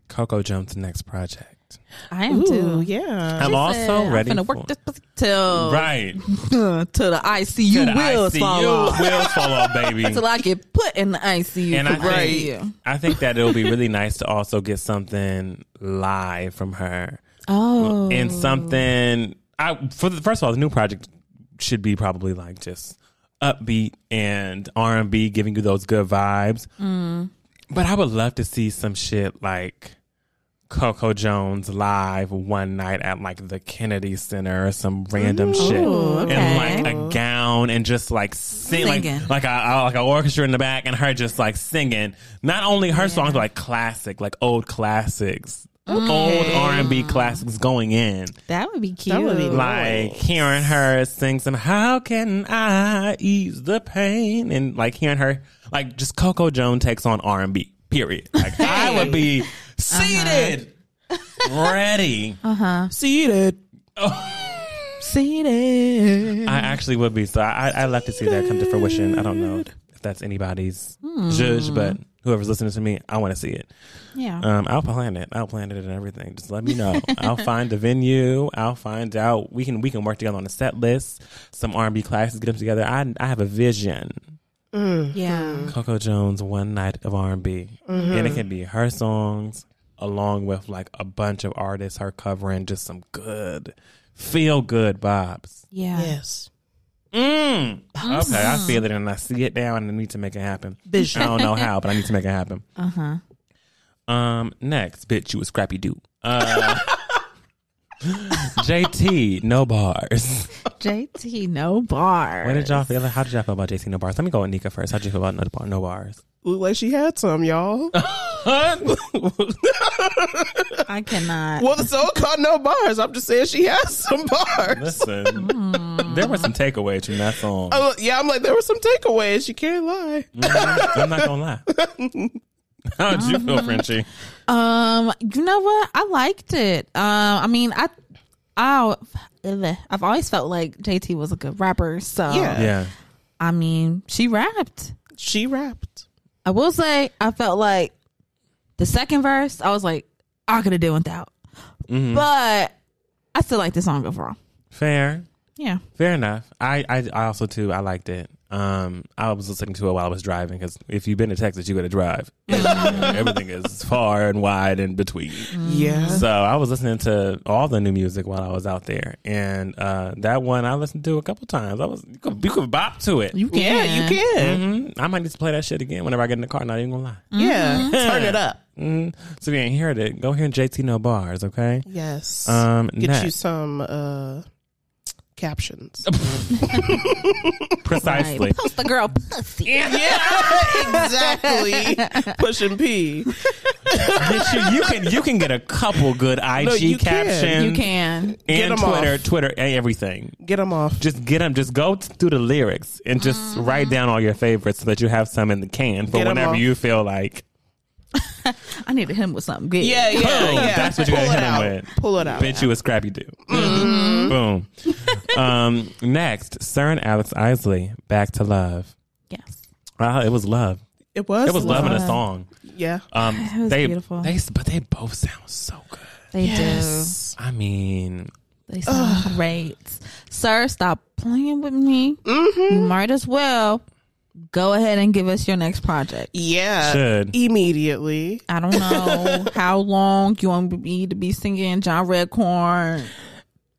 Coco Jones' next project. I am too. yeah. I'm also ready I'm for gonna work this pussy till right till the ICU To the will ICU fall off. will fall off, baby. Till I get put in the ICU. and I for think, real. I think that it'll be really nice to also get something live from her. Oh. and something I for the first of all, the new project should be probably like just upbeat and R and B, giving you those good vibes. Mm. But I would love to see some shit like Coco Jones live one night at like the Kennedy Center or some random shit. Mm. Oh, okay. In like a gown and just like sing, like Singing. like a a- like a orchestra in the back and her just like singing. Not only her songs but like classic, like old classics, old R and B classics going in. that would be cute. That would be nice. Like hearing her sing some "How Can I Ease the Pain" and like hearing her like just Coco Jones takes on R and B. Period. Like I would be seated, ready. Seated. seated. I actually would be. So I, I I'd love to see that come to fruition. I don't know if that's anybody's judge, but whoever's listening to me, I want to see it. Yeah. Um, I'll plan it. I'll plan it and everything. Just let me know. I'll find a venue. I'll find out. We can we can work together on a set list. Some R and B classes. Get them together. I I have a vision. yeah. Coco Jones, one night of R and B, and it can be her songs along with like a bunch of artists her covering. Just some good, feel good vibes. Yeah. Yes. Mm. Okay, I feel it and I see it now, and I need to make it happen. I don't know how, but I need to make it happen. Uh huh. Um, next, bitch, you a scrappy dude. Uh, JT, no bars. JT, no bar. What did y'all feel? How did y'all feel about JT no bars? Let me go with Nika first. How did you feel about no, bar- no bars? Looked like she had some, y'all. I cannot. well, the song called No Bars. I'm just saying she has some bars. Listen, there were some takeaways from that song. I was- yeah, I'm like, there were some takeaways. You can't lie. Mhm. I'm not gonna lie. How did you feel, Frenchie? Um, you know what? I liked it. Um, I mean, I, I, I've always felt like JT was a good rapper. So Yeah. Yeah, I mean, she rapped. She rapped. I will say, I felt like the second verse, I was like, I could have done without, Mm-hmm. but I still like the song overall. fair. Yeah. Fair enough. I, I, I also too I liked it. Um, I was listening to it while I was driving because if you've been to Texas, you got to drive. Mm-hmm. Everything is far and wide in between. Yeah. So I was listening to all the new music while I was out there, and uh, that one I listened to a couple times. I was you could, you could bop to it. You Yeah, you can. hmm I might need to play that shit again whenever I get in the car. Not even gonna lie. Mm-hmm. Mm-hmm. Yeah. Turn it up. Mm. So if you ain't heard it, go hear JT No Bars, okay? Yes. Um, Get next. you some uh captions. Precisely. Post the girl pussy. exactly. Pushing P. Get you, you can you can get a couple good IG you can. captions. You can. And 'em Twitter, off. Twitter, and everything. Get them off. Just get them. Just go t- through the lyrics and just Mm-hmm. write down all your favorites so that you have some in the can for Get 'em whenever off. you feel like. I needed him with something good. Yeah, yeah, Boom. yeah. That's what you Pull gotta it hit 'em out. Mm-hmm. with. Pull it out. Bitch, you a scrappy dude. Boom. um, next, Sir and Alex Isley, Back to Love. Yes. Wow, it was love. It was. It was love in a love. song. Yeah. Um, It was they, beautiful. They, but they both sound so good. They I mean, do. They sound great. Sir, stop playing with me. Mm-hmm. You might as well go ahead and give us your next project. Yeah. Should. Immediately. I don't know how long you want me to be singing John Redcorn.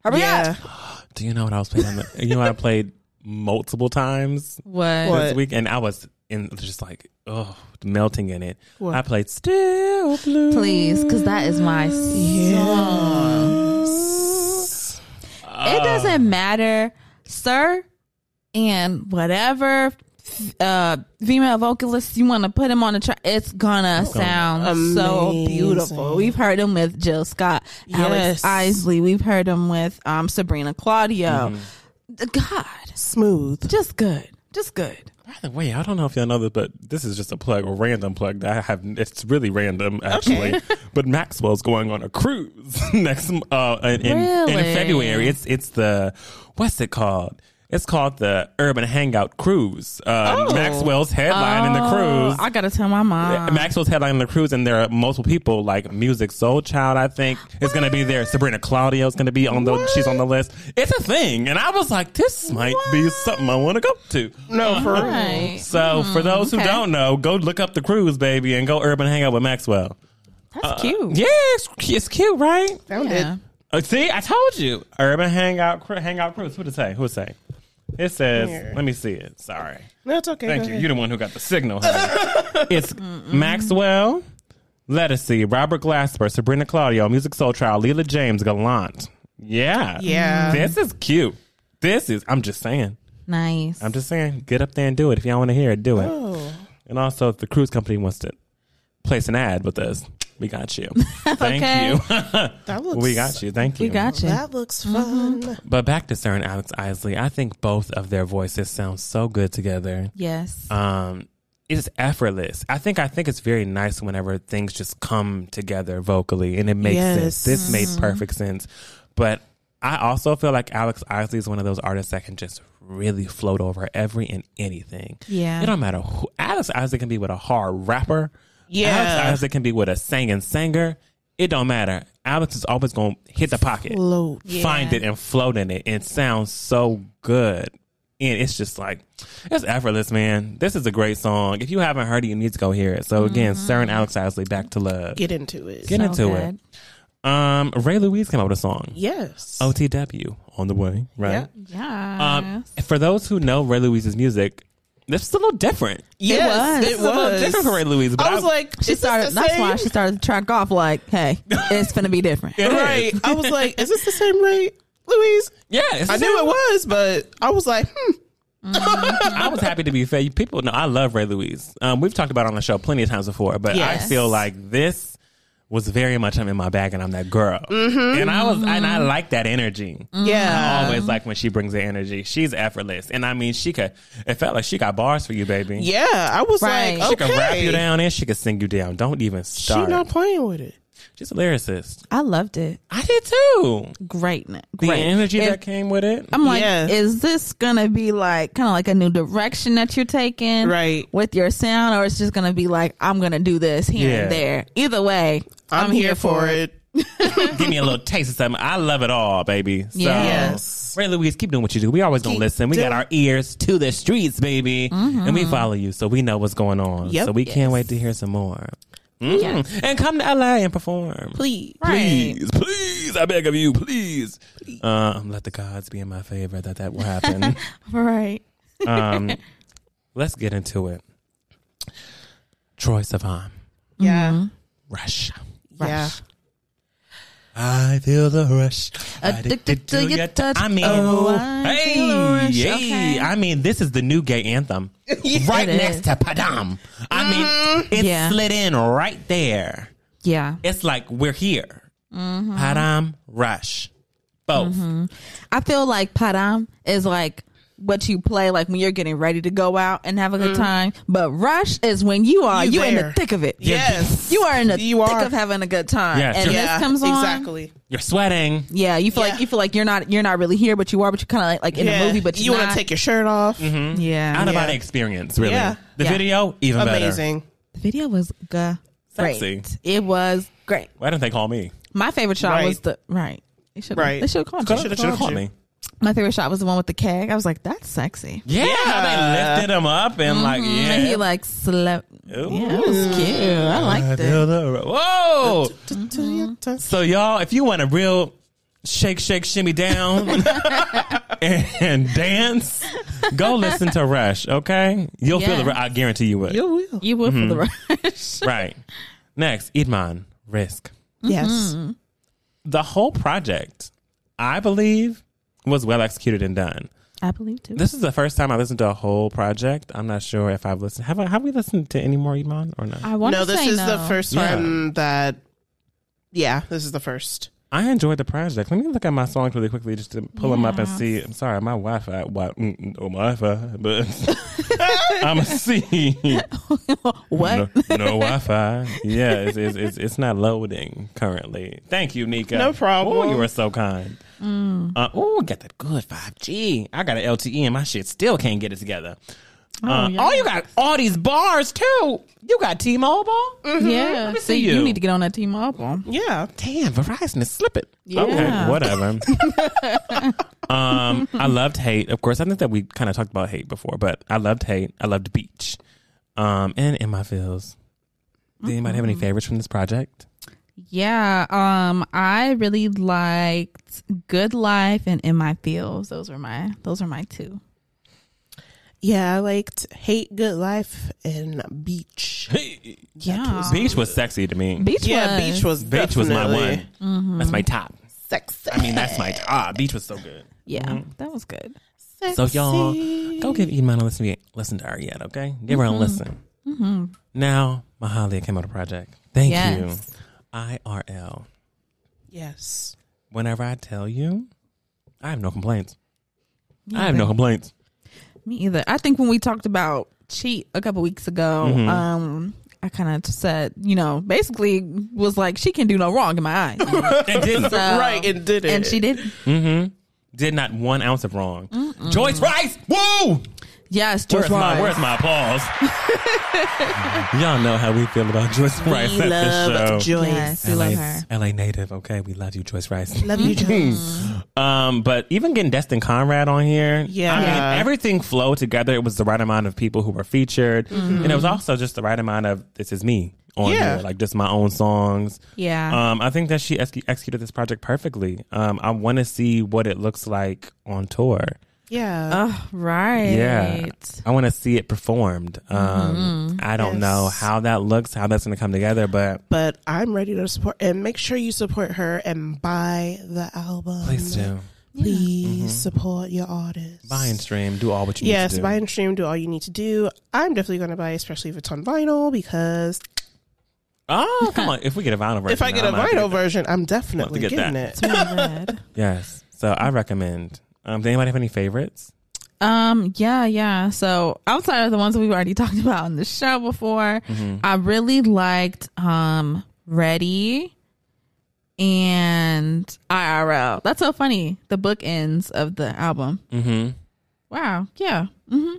Hurry yeah. up. do you know what I was playing? On the, you know, what I played multiple times What? What? this week, and I was in just like, oh, melting in it. What? I played Still Blue. Please, because that is my song. It doesn't matter, sir, and whatever uh female vocalist you want to put him on the track it's gonna sound so Amazing. beautiful we've heard him with jill scott alex Yes. isley we've heard him with um sabrina claudio god Smooth. just good just good By the way, I don't know if y'all know this, but this is just a plug, a random plug that I have. It's really random, actually. but Maxwell's going on a cruise next uh, in, in- in Really? February. It's it's the what's it called? It's called the Urban Hangout Cruise. Uh, Maxwell's headline in the Oh, cruise. i gotta tell my mom Maxwell's headlining the cruise, and there are multiple people like Music Soul Child. I think is going to be there. Sabrina Claudio is going to be on the. She's on the list. It's a thing, and I was like, this might be something I want to go to. No, for real. Right. So for those who okay. don't know, go look up the cruise, baby, and go urban hang out with Maxwell. that's cute Yeah, it's, it's cute, right? Found Yeah. it. Uh, see, I told you, urban hangout cru- hangout cruise. Who to say? Who to say? It says. Here. Let me see it. Sorry. No, it's okay. Thank Go you. ahead. You're the one who got the signal. honey. it's Maxwell, Lettucey, Robert Glasper, Sabrina Claudio, Music Soul Trial, Leela James, Gallant. Yeah. Yeah. This is cute. This is, I'm just saying. nice I'm just saying, get up there and do it. If y'all want to hear it, do it. Oh. And also, if the cruise company wants to place an ad with us, we got you. Thank Okay. That you. looks. we got you. Thank we you. got you That looks Mm-hmm. fun. But back to Sir and Alex Isley. I think both of their voices sound so good together. yes um it's effortless. I think I think it's very nice whenever things just come together vocally and it makes sense. Yes. Mm-hmm. This made perfect sense. But I also feel like Alex Isley is one of those artists that can just really float over every and anything. Yeah. It don't matter who Alex Isley can be with a hard rapper. Yeah. Alex Isley can be with a singing singer. It don't matter. Alex is always gonna hit the pocket Low. find it and float in it. It sounds so good. And it's just like, it's effortless, man. This is a great song. If you haven't heard it, you need to go hear it. So again, Sir and Alex Isley, Back to Love. Get into it. Get Mm-hmm. So into good. it. Um, Ray Louise came out with a song. yes. OTW on the way, Oh, right? yeah Um, for those who know Ray Louise's music, this is a little different. Yes, was. it It's It's a little different for Ray Louise. But I was like, she is this started. the That's why same? she started to track off. Like, hey, it's gonna be different. It is. Right. I was like, is this the same Ray Louise? yeah, it's I the knew same- it was, but I was like, hmm. Mm-hmm. I was happy to be fair. People know I love Ray Louise. Um, we've talked about it on the show plenty of times before, but I Yes. feel like this was very much I'm in my bag and I'm that girl, Mm-hmm. and I was and I like that energy. Yeah. I always like when she brings the energy. She's effortless, and I mean she could. It felt like she got bars for you, baby. Yeah. I was Right. like, She okay. could rap you down and she could sing you down. Don't even She start. not playing with it. She's a lyricist. I loved it. I did too. Greatness. The Great. energy It- that came with it. I'm like, Yeah. is this gonna be like kind of like a new direction that you're taking, Right. with your sound, or it's just gonna be like I'm gonna do this here Yeah. and there. Either way, I'm, here, for it. Give me a little taste of something. I love it all, baby. So, Yes. Ray Louise, keep doing what you do. We always gonna Keep listen. We got doing- Mm-hmm. our ears to the streets, baby, and we follow you, so we know what's going on. Yep. So we can't wait to hear some more. Mm. And come to LA and perform, Please. Right. please, please. I beg of you, please. Um, let the gods be in my favor that that will happen. Right. um, let's get into it. Troy Sivan, Mm-hmm. Yeah. Rush. Yeah. I feel the rush. Addicted to your touch. I mean, Oh, I feel the hey, rush. yeah. Okay. I mean, this is the new gay anthem, right It next is. to Padam. I mean, it's Yeah. slid in right there. Yeah. It's like we're here. Padam Rush, both. I feel like Padam is like what you play like when you're getting ready to go out and have a good time. But Rush is when you are Mm. You you in the there. thick of it. Yes. You are in the You thick are. of having a good time. Yes. And Yeah, this comes on. Exactly. You're sweating. Yeah, you feel like Yeah. you feel like you're not you're not really here, but you are, but you're kinda like, like in yeah. a movie, but you you're want not. to take your shirt off. Mm-hmm. Yeah. Out of Yeah. body experience, really. Yeah. The Yeah. video, even better. Amazing. The video was g- great. Sexy. It was great. Why didn't they call me? My favorite shot Right. was the right. They should Right. they should have called They you. should have called called you. me. My favorite shot was the one with the keg. I was like, that's sexy. Yeah, they lifted him up and like yeah. And he like slept. Yeah, Ooh. it was cute. I Ah, liked it. Whoa! Yes. So y'all, if you want a real shake, shake, shimmy down and, dance, go listen to Rush. Okay, you'll feel the. Yes. ru- I guarantee you would. You will. You will for the rush. right. Next, Idman Risk. Mm-hmm. The whole project, I believe, was well executed and done. I believe too. This is the first time I listened to a whole project. I'm not sure if I've listened. Have I, Have we listened to any more Idman or not? I want No, to this say is no. the first Yeah. time that. Yeah, this is the first. I enjoyed the project. Let me look at my songs really quickly just to pull them up and see. I'm sorry, my Wi-Fi, wi- mm, mm, oh, my Wi-Fi, but I'm a C. what? No, no Wi-Fi. Yeah, it's, it's, it's, it's not loading currently. Thank you, Nika. No problem. Ooh, you were so kind. Mm. Uh, oh, got that good 5G. I got an LTE E and my shit still can't get it together. Uh, yeah. Oh, you got all these bars too. You got T-Mobile. Mm-hmm. Yeah. me See, see you. you. need to get on that team album. Yeah. Damn, Verizon is slipping. Yeah. Okay, whatever. um, I loved Hate. Of course, I think that we kind of talked about Hate before, but I loved Hate. I loved Beach. Um, and In My Feels. Did anybody have any Mm. favorites from this project? Yeah. Um, I really liked Good Life and In My Fields. Those were my those were my two. Yeah, I liked Hate Good Life and Beach. Yeah. Beach was sexy to me. Beach Yeah, was. Beach was Beach was my definitely one. That's Mm-hmm. my top. Sexy. I mean, that's my top. Beach was so good. Yeah. That was good. So y'all go give Iman a listen. to- Listen to her yet, okay? Give her a listen. Now, Mahalia came out a project. Thank Yes. you, IRL. Yes. whenever I tell you, I have no complaints. I have no complaints. Me either. I think when we talked about cheat a couple weeks ago, um, I kind of said, you know, basically was like she can do no wrong in my eyes, And didn't. So- right, Um, and did it. and she did. Did not one ounce of wrong. Joyce Rice, woo! Yes, George Where's my, where's Wise. my applause? Y'all know how we feel about Joyce Rice at love this show. Joyce. Yes, we love her. LA native, okay? We love you, Joyce Rice. Love you, Joyce. Um, but even getting Destin Conrad on here, Yeah. I Yeah. mean, everything flowed together. It was the right amount of people who were featured, Mm-hmm. and it was also just the right amount of "This is me" on Yeah. here, like just my own songs. Yeah. Um, I think that she ex- executed this project perfectly. Um, I want to see what it looks like on tour. Uh, yeah. Oh, right. Yeah, I want to see it performed. Mm-hmm. Um, I don't Yes. know how that looks, how that's going to come together, but but I'm ready to support and make sure you support her and buy the album. please do Please support your artist. Mm-hmm. buy and stream, do all what you need to Yes, do. buy and stream. Do all you need to do. I'm definitely going to buy, especially if it's on vinyl, because oh, come on! If we get a vinyl version, if I get a a vinyl version, I'm definitely get getting that. it. Red. yes. So I recommend. Um, does anybody have any favorites? Um, yeah, yeah. So outside of the ones that we've already talked about on the show before, Mm-hmm. I really liked um Ready and IRL. That's so funny. The bookends of the album. Mm-hmm. Wow. Yeah. Mm-hmm.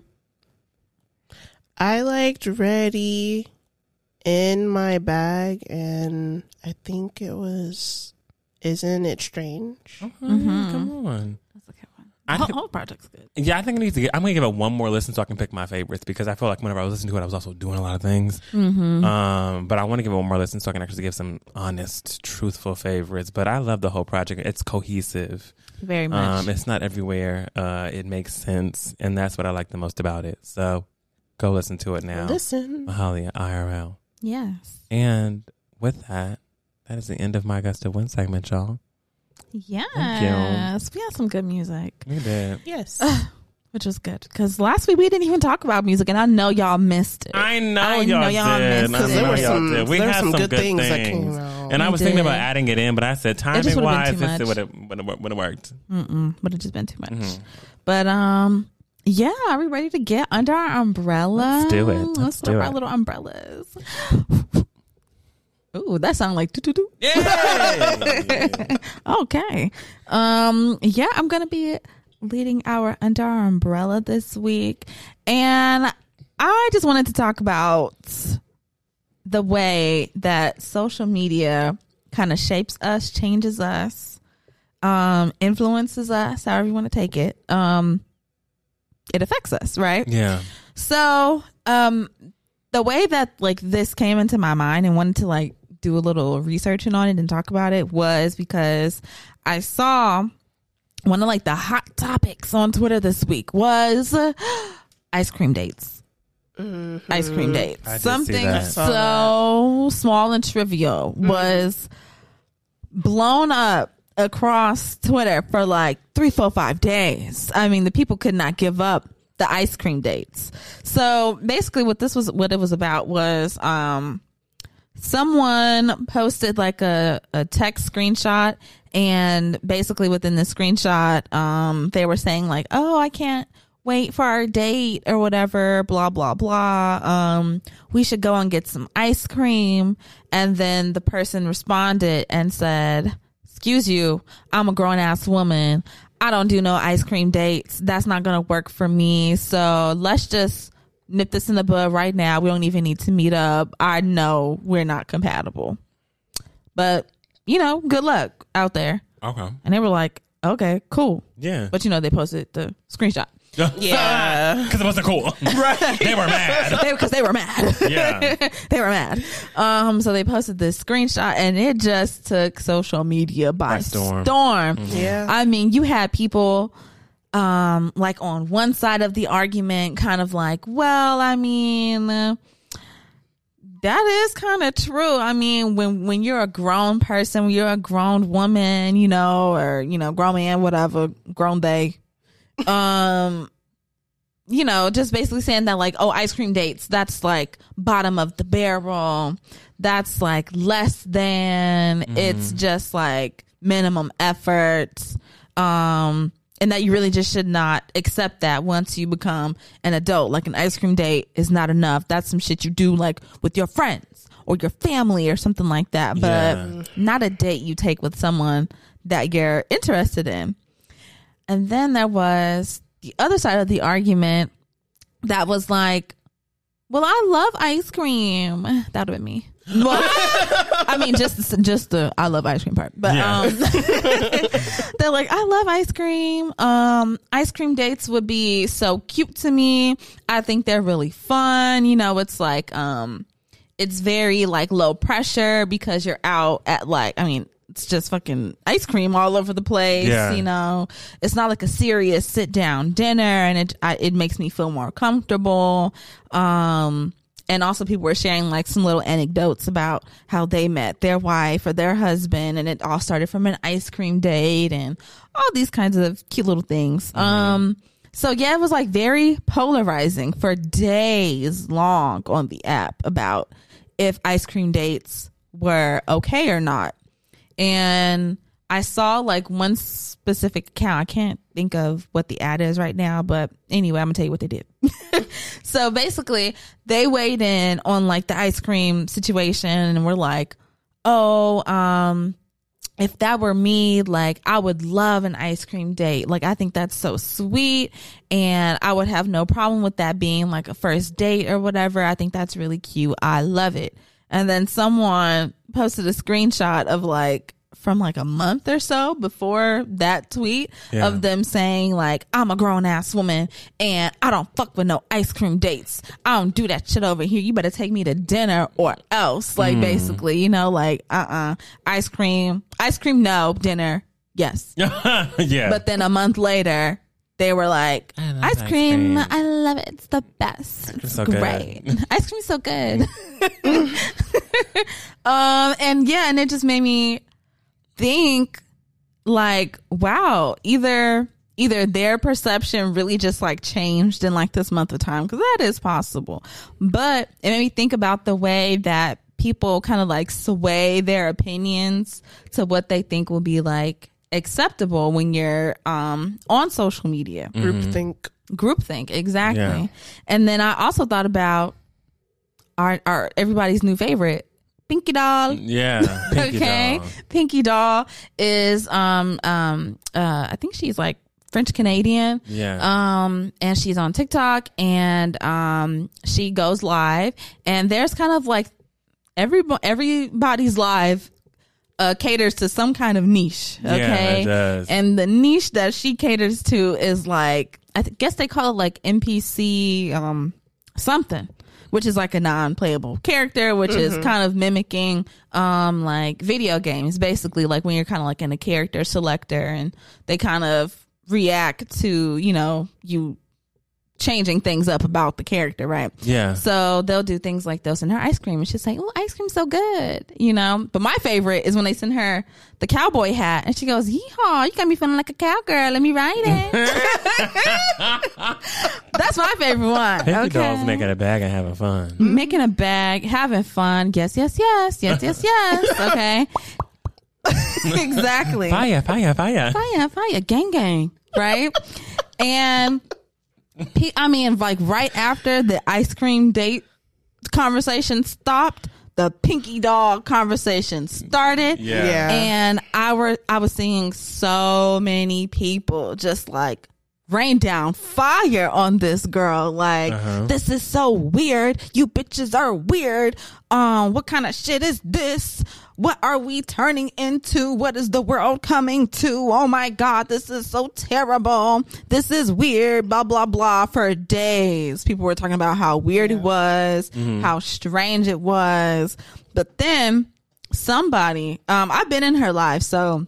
I liked Ready in my bag, and I think it was. Isn't it strange? Come on. Mm-hmm. That's a good one. Oh, I whole, could- whole project's good. Yeah, I think I need to. Get, I'm gonna give it one more listen so I can pick my favorites because I feel like whenever I was listening to it, I was also doing a lot of things. Mm-hmm. Um, but I want to give it one more listen so I can actually give some honest, truthful favorites. But I love the whole project. It's cohesive. Very much. Um, it's not everywhere. Uh, it makes sense, and that's what I like the most about it. So go listen to it now, Listen. Mahalia IRL. yes. And with that, That is the end of my Augusta Win segment, y'all. Yes, we had some good music, Look at that. Yes. which was good because last week we didn't even talk about music, and I know y'all missed it. I know I y'all know y'all did. missed I it. know There were y'all some- did. We there were had some, good things. that came out. And I We was thinking about did. adding it in, but I said just timing would've been wise, too this much. would have would have worked. Mm-mm, would have just been too much. Mhm. But um, yeah, are we ready to get under our umbrella? Let's do it. Let's, Let's put up do our it. little umbrellas. Ooh, that sounded like doo doo doo. Yay! Okay. Um yeah, I'm going to be leading our under our umbrella this week and I just wanted to talk about the way that social media kind of shapes us, changes us, um influences us, however you want to take it. Um it affects us, right? yeah. So, um, the way that like this came into my mind and wanted to like do a little researching on it and talk about it was because I saw one of like the hot topics on Twitter this week was uh, ice cream dates. Ice cream dates. I did see Something that. so small and trivial was blown up across Twitter for like three, four, five days. I mean, the people could not give up the ice cream dates. So basically, what this was, what it was about was, um, someone posted like a, a text screenshot and basically within the screenshot um they were saying like oh i can't wait for our date or whatever blah blah blah um we should go and get some ice cream and then the person responded and said excuse you i'm a grown-ass woman i don't do no ice cream dates that's not gonna work for me so let's just nip this in the bud right now. We don't even need to meet up. I know we're not compatible. But, you know, good luck out there. Okay. And they were like, okay, cool. Yeah. But, you know, they posted the screenshot yeah. Because it wasn't cool. right. They were mad. because they were mad. Yeah. they were mad. Um, so they posted this screenshot and it just took social media by, By storm. storm. Mm-hmm. Yeah. I mean, you had people um like on one side of the argument kind of like, well, I mean, uh, that is kind of true. I mean, when when you're a grown person, when you're a grown woman, you know, or you know, grown man, whatever, grown they um you know just basically saying that like oh ice cream dates that's like bottom of the barrel that's like less than it's just like minimum effort um and that you really just should not accept that once you become an adult like an ice cream date is not enough that's some shit you do like with your friends or your family or something like that but Yeah. not a date you take with someone that you're interested in and then there was the other side of the argument that was like, well, I love ice cream. That would have been me. Well, I mean, just just the I love ice cream part, but Yeah. um, they're like, I love ice cream. Um, ice cream dates would be so cute to me. I think they're really fun. You know, it's like um, it's very like low pressure because you're out at like I mean it's just fucking ice cream all over the place Yeah. you know it's not like a serious sit down dinner and it I, it makes me feel more comfortable um and also people were sharing like some little anecdotes about how they met their wife or their husband and it all started from an ice cream date and all these kinds of cute little things um so yeah, it was like very polarizing for days long on the app about if ice cream dates were okay or not. And I saw like one specific account. I can't think of what the ad is right now, but anyway, I'm gonna tell you what they did. so basically, they weighed in on like the ice cream situation and were like, "Oh, um, if that were me, like I would love an ice cream date. Like I think that's so sweet and I would have no problem with that being like a first date or whatever. I think that's really cute. I love it. And then someone posted a screenshot of like from like a month or so before that tweet Yeah. of them saying like I'm a grown ass woman and I don't fuck with no ice cream dates. I don't do that shit over here. You better take me to dinner or else. Like Hmm. basically, you know, like uh uh ice cream, ice cream no, dinner yes. yeah. But then a month later, they were like, I love ice ice cream, cream. I love it. It's the best. It's so good. great. Ice cream's so good. um, and yeah, and it just made me think like, wow, either either their perception really just like changed in like this month of time because that is possible. But it made me think about the way that people kind of like sway their opinions to what they think will be like acceptable when you're um on social media Mm-hmm. Group think. groupthink exactly Yeah. and then i also thought about our, our everybody's new favorite pinky doll Yeah. Pinky okay doll. pinky doll is um um uh i think she's like french canadian Yeah. um and she's on tiktok and um she goes live and there's kind of like every everybody's live uh, caters to some kind of niche Yeah, it okay does. and the niche that she caters to is like i th- guess they call it like npc um something which is like a non-playable character which is kind of mimicking um like video games basically like when you're kind of like in a character selector and they kind of react to you know you changing things up about the character right yeah. so they'll do things like they'll send her ice cream and she's like, Oh, ice cream's so good, you know? But my favorite is when they send her the cowboy hat and she goes, Yeehaw, you got me feeling like a cowgirl. Let me ride it. That's my favorite one. Pinky okay. Mm. doll's making a bag and having fun. Making a bag, having fun. Yes, yes, yes. Yes, yes, yes. Okay. exactly. Fire, fire, fire. Fire, fire, gang, gang, right? and he, I mean, like right after the ice cream date conversation stopped, the pinky dog conversation started. Yeah. Yeah. And I were I was seeing so many people just like rain down fire on this girl. Like this is so weird. You bitches are weird. Um, what kind of shit is this? What are we turning into? What is the world coming to? Oh my god, this is so terrible. This is weird. Blah blah blah. For days, people were talking about how weird it was, how strange it was. But then somebody um i've been in her life so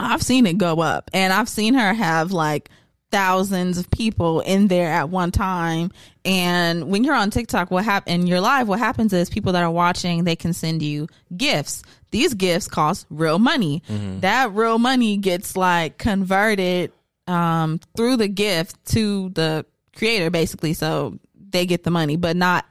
i've seen it go up and i've seen her have like thousands of people in there at one time and when you're on tiktok what hap- and you're live what happens is people that are watching they can send you gifts these gifts cost real money that real money gets like converted um through the gift to the creator basically so they get the money but not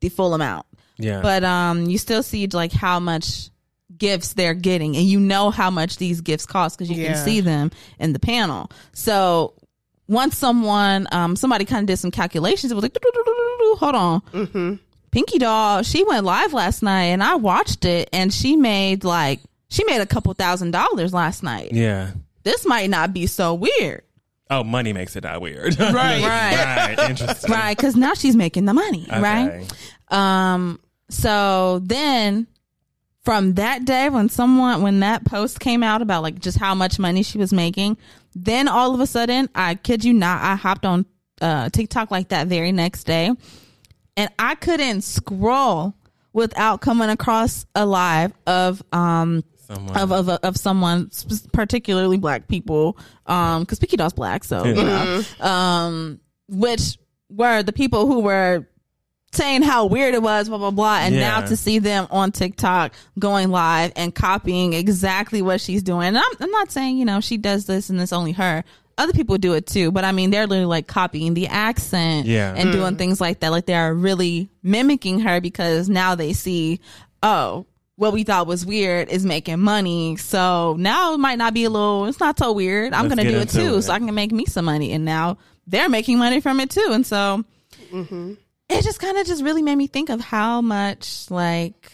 the full amount Yeah. but um you still see like how much gifts they're getting and you know how much these gifts cost because you Yeah. can see them in the panel so once someone um somebody kind of did some calculations it was like "Do-do-do-do-do-do, hold on Mm-hmm. pinky doll she went live last night and i watched it and she made like she made a couple thousand dollars last night yeah. this might not be so weird Oh, money makes it not weird. Right. right. Interesting. right because now she's making the money Okay. right Um, so then from that day when someone when that post came out about like just how much money she was making, then all of a sudden, I kid you not, I hopped on uh TikTok like that very next day and I couldn't scroll without coming across a live of um Someone. of of of someone sp- particularly black people um because Pinky Doll's black so you know um which were the people who were saying how weird it was blah blah blah and Yeah. now to see them on TikTok going live and copying exactly what she's doing and I'm I'm not saying you know she does this and it's only her other people do it too but I mean they're literally like copying the accent Yeah. and doing things like that like they are really mimicking her because now they see oh what we thought was weird is making money so now it might not be a little it's not so weird i'm Let's gonna get do it into too it. so i can make me some money and now they're making money from it too and so it just kind of just really made me think of how much like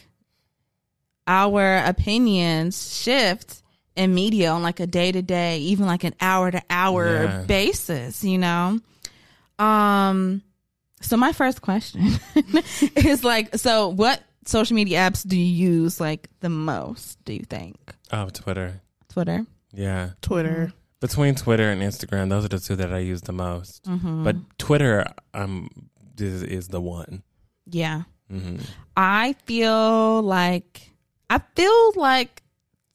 our opinions shift in media on like a day to day, even like an hour to hour Yeah. basis, you know? Um so my first question is like so what social media apps do you use like the most, do you think? Oh, Twitter. Twitter? Yeah. Twitter. Between Twitter and Instagram, those are the two that I use the most. Mm-hmm. But Twitter, um, is, is the one. Yeah. hmm I feel like I feel like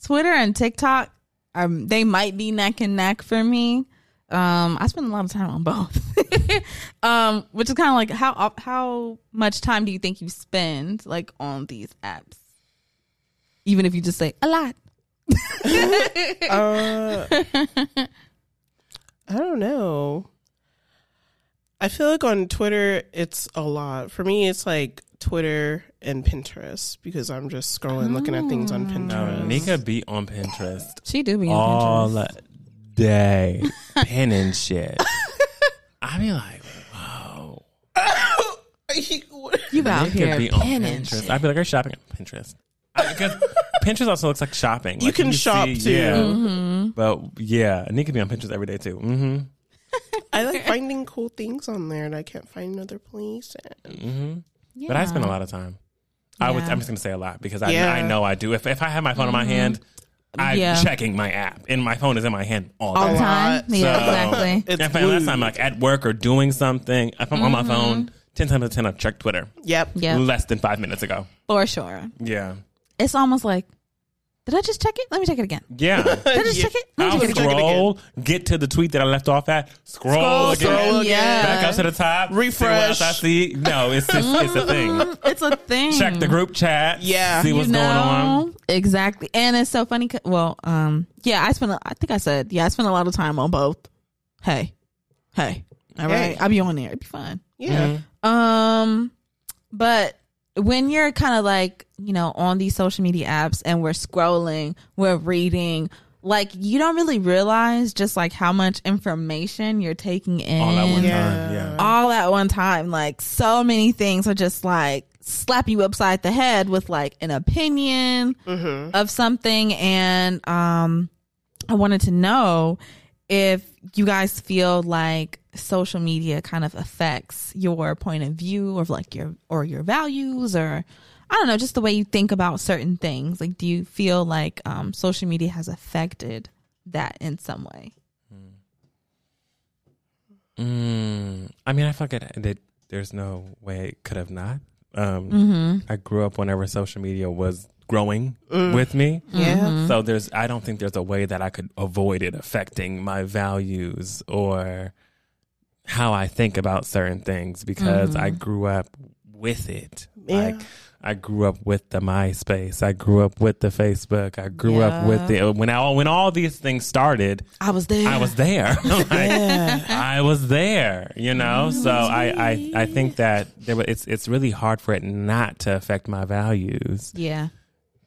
Twitter and TikTok um they might be neck and neck for me. Um, I spend a lot of time on both. um, which is kind of like how how much time do you think you spend like on these apps? Even if you just say a lot. Uh, I don't know. I feel like on Twitter, it's a lot. For me, it's like Twitter and Pinterest because I'm just scrolling, looking at things Oh. on Pinterest. No, Nika be on Pinterest She do be on all Pinterest. day, pinning shit. I be like, wow. You out Nika here be on pinning Pinterest. shit. I'd be like, are you shopping on Pinterest? I- Because Pinterest also looks like shopping. You Like, can shop, too. Yeah. But yeah, Nika be on Pinterest every day too. Mm-hmm. I like finding cool things on there and I can't find another place. Mm-hmm. But I spend a lot of time. I would, Yeah. I'm just going to say a lot because I, Yeah. I know I do. If, if I have my phone in my hand, I'm Yeah. checking my app. And my phone is in my hand all all the the time. time. Yeah, lot. So- exactly. It's In fact, last blue. time, like at work or doing something, if I'm on my phone, 10 times out of 10, I've checked Twitter Yep. Yeah, less than five minutes ago. for sure. Yeah. It's almost like, did I just check it? Let me check it again. Yeah. Did I just check it? Let me I'll check it again. scroll, get to the tweet that I left off at, scroll, again, scroll again. back Yeah. up to the top, see Refresh. What else I see. No, it's just, it's a thing. Mm, It's a thing. Check the group chat. Yeah. See what's You going on. know? Exactly. And it's so funny. 'cause- Well, um, yeah, I spent, a- I think I said, yeah, I spent a lot of time on both. Hey, hey, all right. Hey. I'll be on there. It'd be fun. Yeah. Mm-hmm. Um, but when you're kind of like, you know, on these social media apps and we're scrolling, we're reading, like you don't really realize just like how much information you're taking in All at one Yeah. time. Yeah. all at one time. Like so many things are just like slap you upside the head with like an opinion of something. And um, I wanted to know if you guys feel like social media kind of affects your point of view or like your or your values or I don't know, just the way you think about certain things. Like, do you feel like um, social media has affected that in some way? Mm, I mean, I feel like it, that there's no way it could have not. Um, I grew up whenever social media was growing with me. Yeah. So there's, I don't think there's a way that I could avoid it affecting my values or how I think about certain things because I grew up with it. Yeah. Like I grew up with the MySpace. I grew up with the Facebook. I grew up with the when I when all these things started. I was there. I was there. Like, I was there, you know? So I, I, I think that there, were- it's, it's really hard for it not to affect my values. Yeah.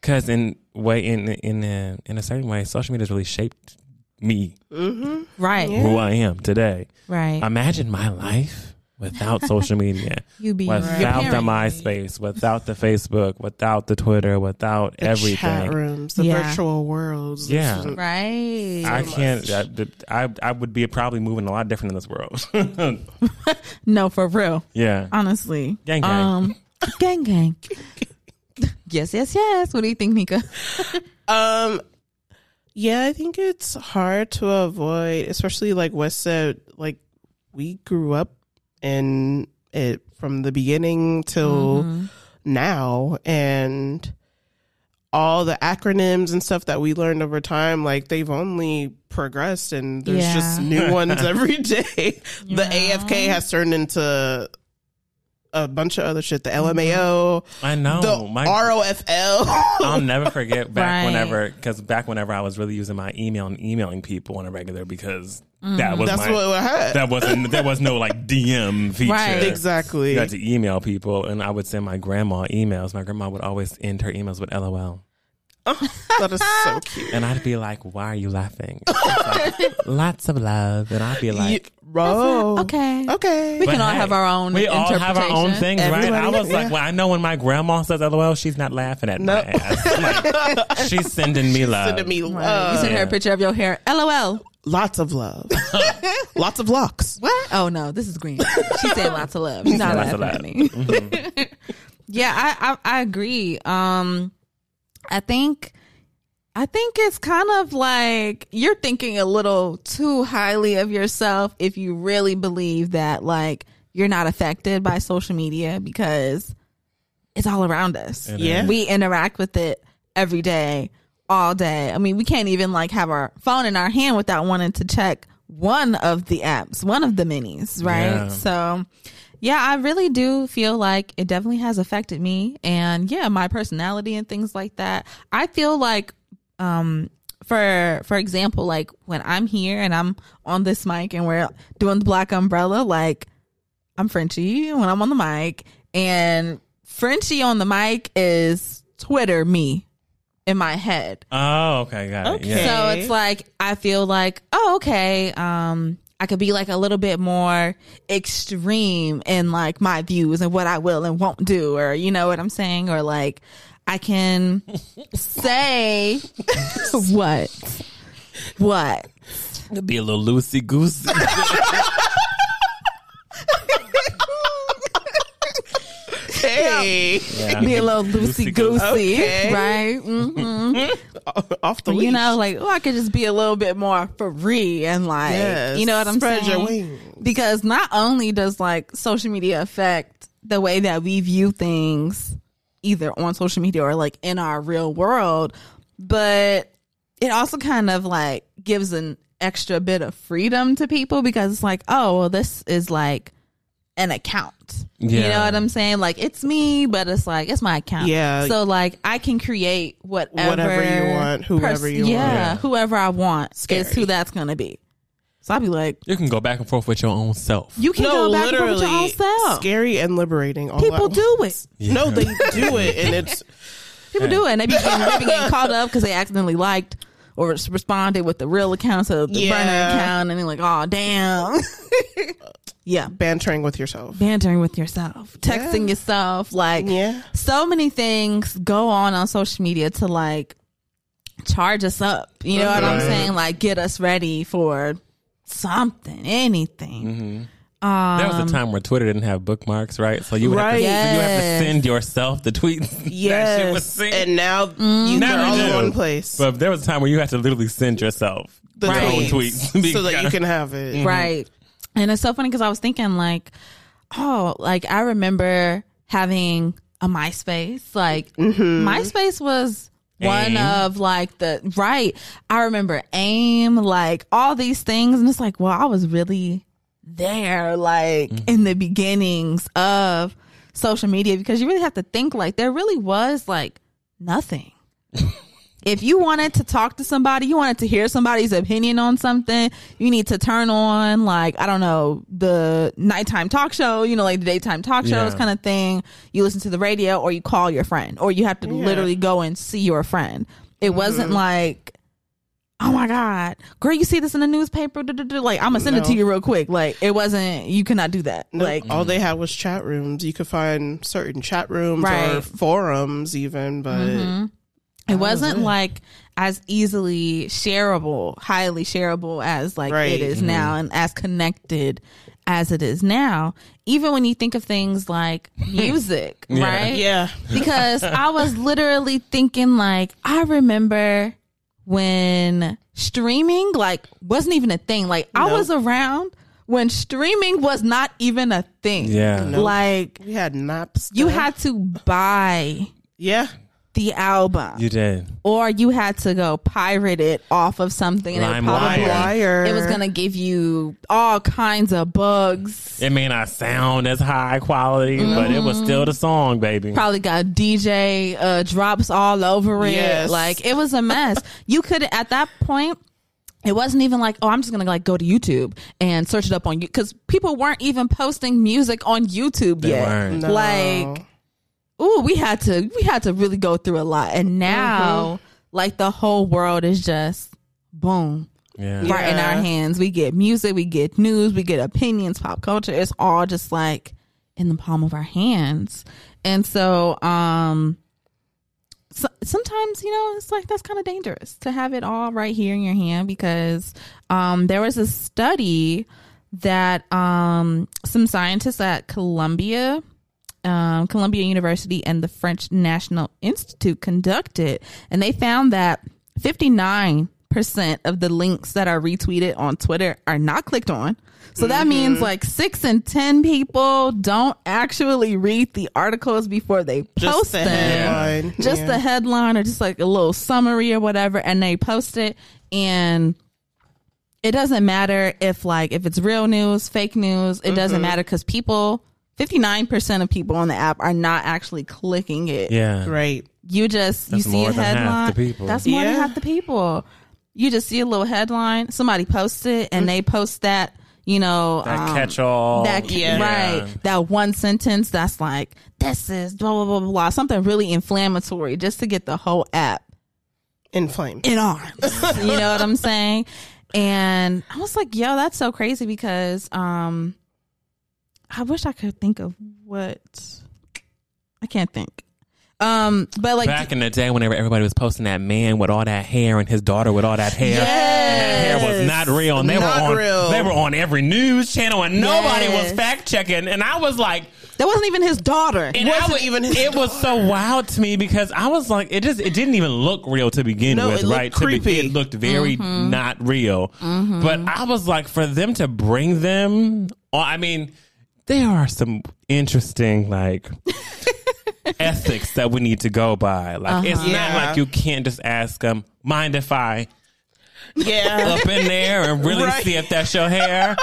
Cause in way, in, in, a, in a certain way, social media has really shaped me, Right. who I am today. Right. Imagine my life without social media, you being without your the parent. MySpace, without the Facebook, without the Twitter, without The everything. chat rooms, the Yeah. virtual worlds. Yeah. This is- Right. I can't. I, I I would be probably moving a lot different in this world. no, for real. yeah. Uh, Honestly. Gang, gang. Um, gang gang. yes, yes, yes. What do you think, Nika? Um, yeah, I think it's hard to avoid, especially like West said. Like we grew up in it from the beginning till now, and all the acronyms and stuff that we learned over time, like they've only progressed, and there's Yeah. just new ones every day. The AFK has turned into a bunch of other shit. The LMAO, I know. the Oh my, ROFL. I'll never forget back Right. whenever, because back whenever I was really using my email and emailing people on a regular because that was Mm-hmm. That's my, what I had. that wasn't there was no like DM feature. Right. Exactly. You had to email people, and I would send my grandma emails. My grandma would always end her emails with "LOL," That is so cute. and I'd be like, "Why are you laughing?" She's like, Lots of love, and I'd be like, Bro. okay. Oh. Okay. We can But all hey, have our own. We all have our own interpretation. things, right? I Everybody- was like, yeah. well, I know when my grandma says "LOL," she's not laughing at my ass. Like, she's sending me love. Sending me Right. love. you send her a Yeah. picture of your hair. LOL. Lots of love. Lots of locks. What? Oh no, this is green. She said lots of love. She's not Lots of laughing at me. yeah, I, I I agree. Um, I think I think it's kind of like you're thinking a little too highly of yourself if you really believe that like you're not affected by social media because it's all around us. Yeah. We interact with it every day, all day. I mean, we can't even like have our phone in our hand without wanting to check one of the apps, one of the minis, right? Yeah. So, yeah, I really do feel like it definitely has affected me and yeah, my personality and things like that. I feel like um for for example, like when I'm here and I'm on this mic and we're doing the Black Umbrella, like I'm Frenchie when I'm on the mic and Frenchie on the mic is Twitter me in my head. Oh, okay, got it. Okay. Yeah. So it's like I feel like, oh, okay, um, I could be like a little bit more extreme in like my views and what I will and won't do, or you know what I'm saying, or like I can say what, what. It'd be a little loosey goosey. Hey, Yeah. Be a little loosey goosey, Okay. right? hmm off the leash. You know, like oh, I could just be a little bit more free and like, Yes, you know what I'm spread saying? your wings. Because not only does like social media affect the way that we view things, either on social media or like in our real world, but it also kind of like gives an extra bit of freedom to people because it's like, oh, well, this is like an account. You know Yeah. what I'm saying? Like it's me, but it's like it's my account. Yeah. So like I can create what Whatever you ever want, whoever you want. yeah, Yeah. whoever I want is Scary. who that's gonna be. So I'd be like, You can go back and forth with your own self. you can go back and forth with your own self. scary and liberating. All People at do it. Yeah. No, they do it, and it's People do it, and they be getting, they be getting caught up because they accidentally liked or res- responded with the real account to the Yeah. burner account, and they're like, oh damn, yeah. bantering with yourself. Bantering with yourself, texting yourself, like Yeah. so many things go on on social media to like charge us up. You know what I'm Right. saying? Like get us ready for something, anything. There Um, was a time where Twitter didn't have bookmarks, right? So you would, have, to, Right. you would have Yes. to send yourself the tweets. that shit was Yes, sent. and now Mm-hmm. you Now are we all in do. one place. But there was a time where you had to literally send yourself the Right. own tweets so that you Because- can have it. Right. And it's so funny because I was thinking like, oh, like I remember having a MySpace. Like MySpace was one AIM. of like the right. I remember AIM, like all these things, and it's like, well, I was really there, like in the beginnings of social media because you really have to think like there really was like nothing if you wanted to talk to somebody, you wanted to hear somebody's opinion on something, you need to turn on like I don't know the nighttime talk show, you know, like the daytime talk shows Yeah. kind of thing. You listen to the radio, or you call your friend, or you have to literally go and see your friend. It wasn't like, oh my god, girl, you see this in the newspaper? duh, duh, duh," Like I'm gonna send it to No. you real quick. Like it wasn't. You cannot do that. No, Like all Mm-hmm. they had was chat rooms. You could find certain chat rooms or Right. Mm-hmm. forums, even, but it wasn't like as easily shareable, highly shareable as like Right. Mm-hmm. it is now and as connected as it is now. Even when you think of things like music, right? yeah, Because I was literally thinking like I remember when streaming like wasn't even a thing. Like I was around when streaming was not even a thing. Yeah. Nope. Like we had maps. you had to buy yeah, the album you did. or you had to go pirate it off of something. and it, probably- LimeWire. wire. it was going to give you all kinds of bugs. It may not sound as high quality, but it was still Mm-hmm. the song, baby. Probably got DJ uh, drops all over it. Yes. Like it was a mess. you could at that point. It wasn't even like, oh, I'm just gonna like go to YouTube and search it up on you because people weren't even posting music on YouTube They yet. weren't. No. Like ooh, we had to we had to really go through a lot. And Mm-hmm. now like the whole world is just boom. Yeah. Right in our hands. We get music, we get news, we get opinions, pop culture. It's all just like in the palm of our hands. And so um so, sometimes, you know, it's like that's kind of dangerous to have it all right here in your hand because um there was a study that um some scientists at Columbia um, Columbia University and the French National Institute conducted, and they found that 59% of the links that are retweeted on Twitter are not clicked on. So that means like six in 10 people don't actually read the articles before they post just the them headline. just Yeah. the headline or just like a little summary or whatever and they post it and it doesn't matter if like if it's real news, fake news, it Mm-hmm. doesn't matter because people. 59% of people on the app are not actually clicking it. Yeah. Right. You just That's you see more a than half headline. the people. That's more than Yeah. half the people. You just see a little headline. Somebody posts it, and they post that. You know Mm-hmm. That um, catch all. That Yeah. right. That one sentence. That's like this is blah blah blah blah, blah. Something really inflammatory just to get the whole app Inflamed. in arms. you know what I'm saying? And I was like, yo, that's so crazy because um I wish I could think of what I can't think. Um but like Back in the day, whenever everybody was posting that man with all that hair and his daughter with all that hair, and that hair was not real, and they Not were on real. they were on every news channel, and nobody Yes. was fact checking. And I was like, that wasn't even his daughter. and Wasn't I was, even his it was so wild to me because I was like, it just it didn't even look real to begin No, with, it looked right? To be- creepy. Mm-hmm. it looked very not real. But I was like, for them to bring them, on, I mean, there are some interesting like ethics that we need to go by. Like, it's Yeah. not like you can't just ask them, mind if I Yeah. up in there and really Right. see if that's your hair.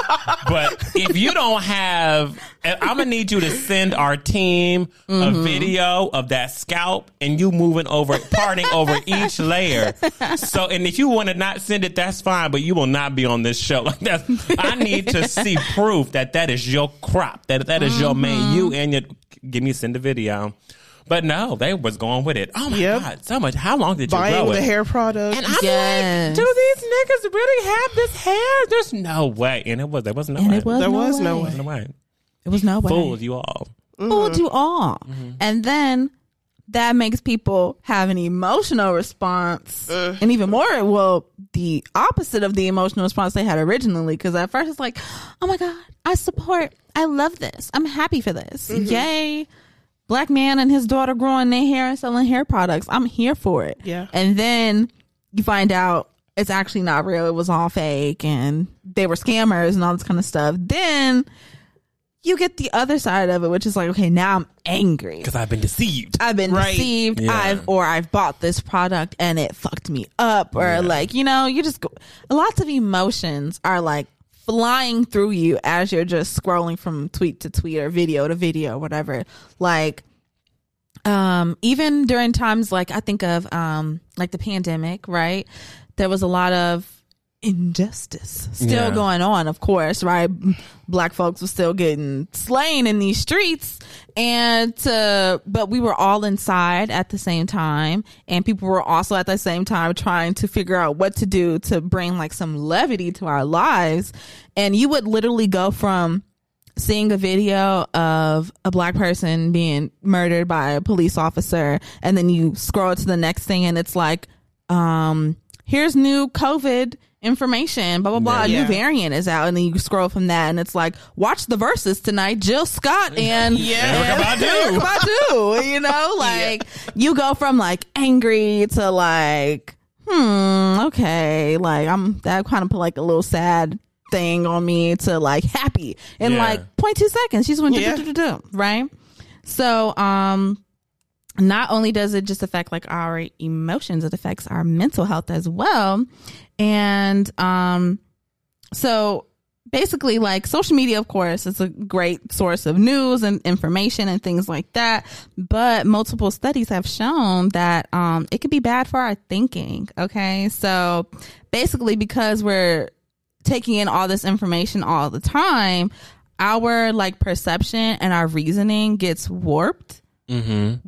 But if you don't have, I'm gonna need you to send our team Mm-hmm. a video of that scalp and you moving over, parting over each layer. So, and if you want to not send it, that's fine. But you will not be on this show. Like that's, I need to see proof that that is your crop. That that is your man. Mm-hmm. You and your give me send the video. But no, they was going with it. Oh my Yep. god, so much! How long did you grow Buying it? the hair product. And I'm Yes. like, do these niggas really have this hair? There's no way. And it was. There was no And way. it was There no was way. no way. No way. It was no way. Fooled you all. Fooled you all. And then that makes people have an emotional response. And even more, well, the opposite of the emotional response they had originally. Because at first it's like, oh my God, I support, I love this. I'm happy for this. Yay. Black man and his daughter growing their hair and selling hair products. I'm here for it. Yeah. And then you find out it's actually not real. It was all fake and they were scammers and all this kind of stuff. Then you get the other side of it, which is like, okay, now I'm angry. Because I've been deceived. I've been Right. deceived. Yeah. I've or I've bought this product and it fucked me up, or like you know, you just go, lots of emotions are like flying through you as you're just scrolling from tweet to tweet or video to video, whatever. Like, um, even during times like I think of um like the pandemic, right? There was a lot of injustice still Yeah. going on, of course, right? Black folks were still getting slain in these streets, and uh, but we were all inside at the same time, and people were also at the same time trying to figure out what to do to bring like some levity to our lives, and you would literally go from seeing a video of a black person being murdered by a police officer and then you scroll to the next thing and it's like um here's new covid information blah blah blah a Yeah. new variant is out and then you scroll from that and it's like watch the verses tonight jill scott and Erica yeah Badu. Badu, you know like you go from like angry to like hmm okay like i'm that kind of put like a little sad thing on me to like happy in Yeah. like 0.2 seconds she's went Yeah. do right so um not only does it just affect like our emotions, it affects our mental health as well. And um so basically like social media of course is a great source of news and information and things like that, but multiple studies have shown that um it can be bad for our thinking, okay? So basically because we're taking in all this information all the time, our like perception and our reasoning gets warped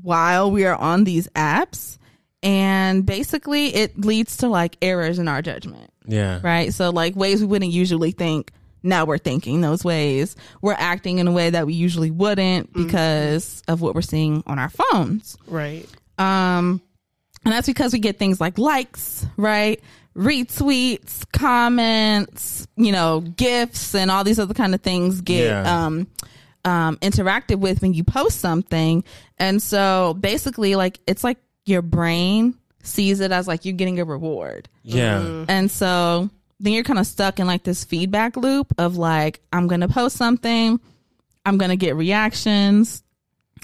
while we are on these apps and basically it leads to like errors in our judgment Yeah. right so like ways we wouldn't usually think now we're thinking those ways we're acting in a way that we usually wouldn't because of what we're seeing on our phones right. um, and that's because we get things like likes, right? Retweets, comments, you know, gifts, and all these other kind of things get Yeah. um, um, interacted with when you post something. And so basically, like, it's like your brain sees it as like you're getting a reward. Yeah. Mm-hmm. And so then you're kind of stuck in like this feedback loop of like, I'm going to post something, I'm going to get reactions,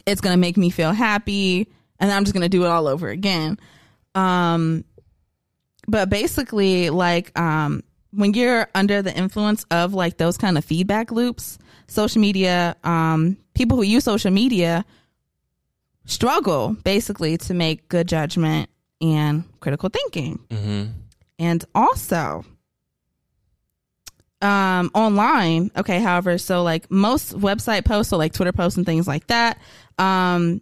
it's going to make me feel happy, and I'm just going to do it all over again. Um, but basically, like, um, when you're under the influence of like those kind of feedback loops, social media, um, people who use social media struggle basically to make good judgment and critical thinking. And also, um, online, okay, however, so like most website posts, so like Twitter posts and things like that, um,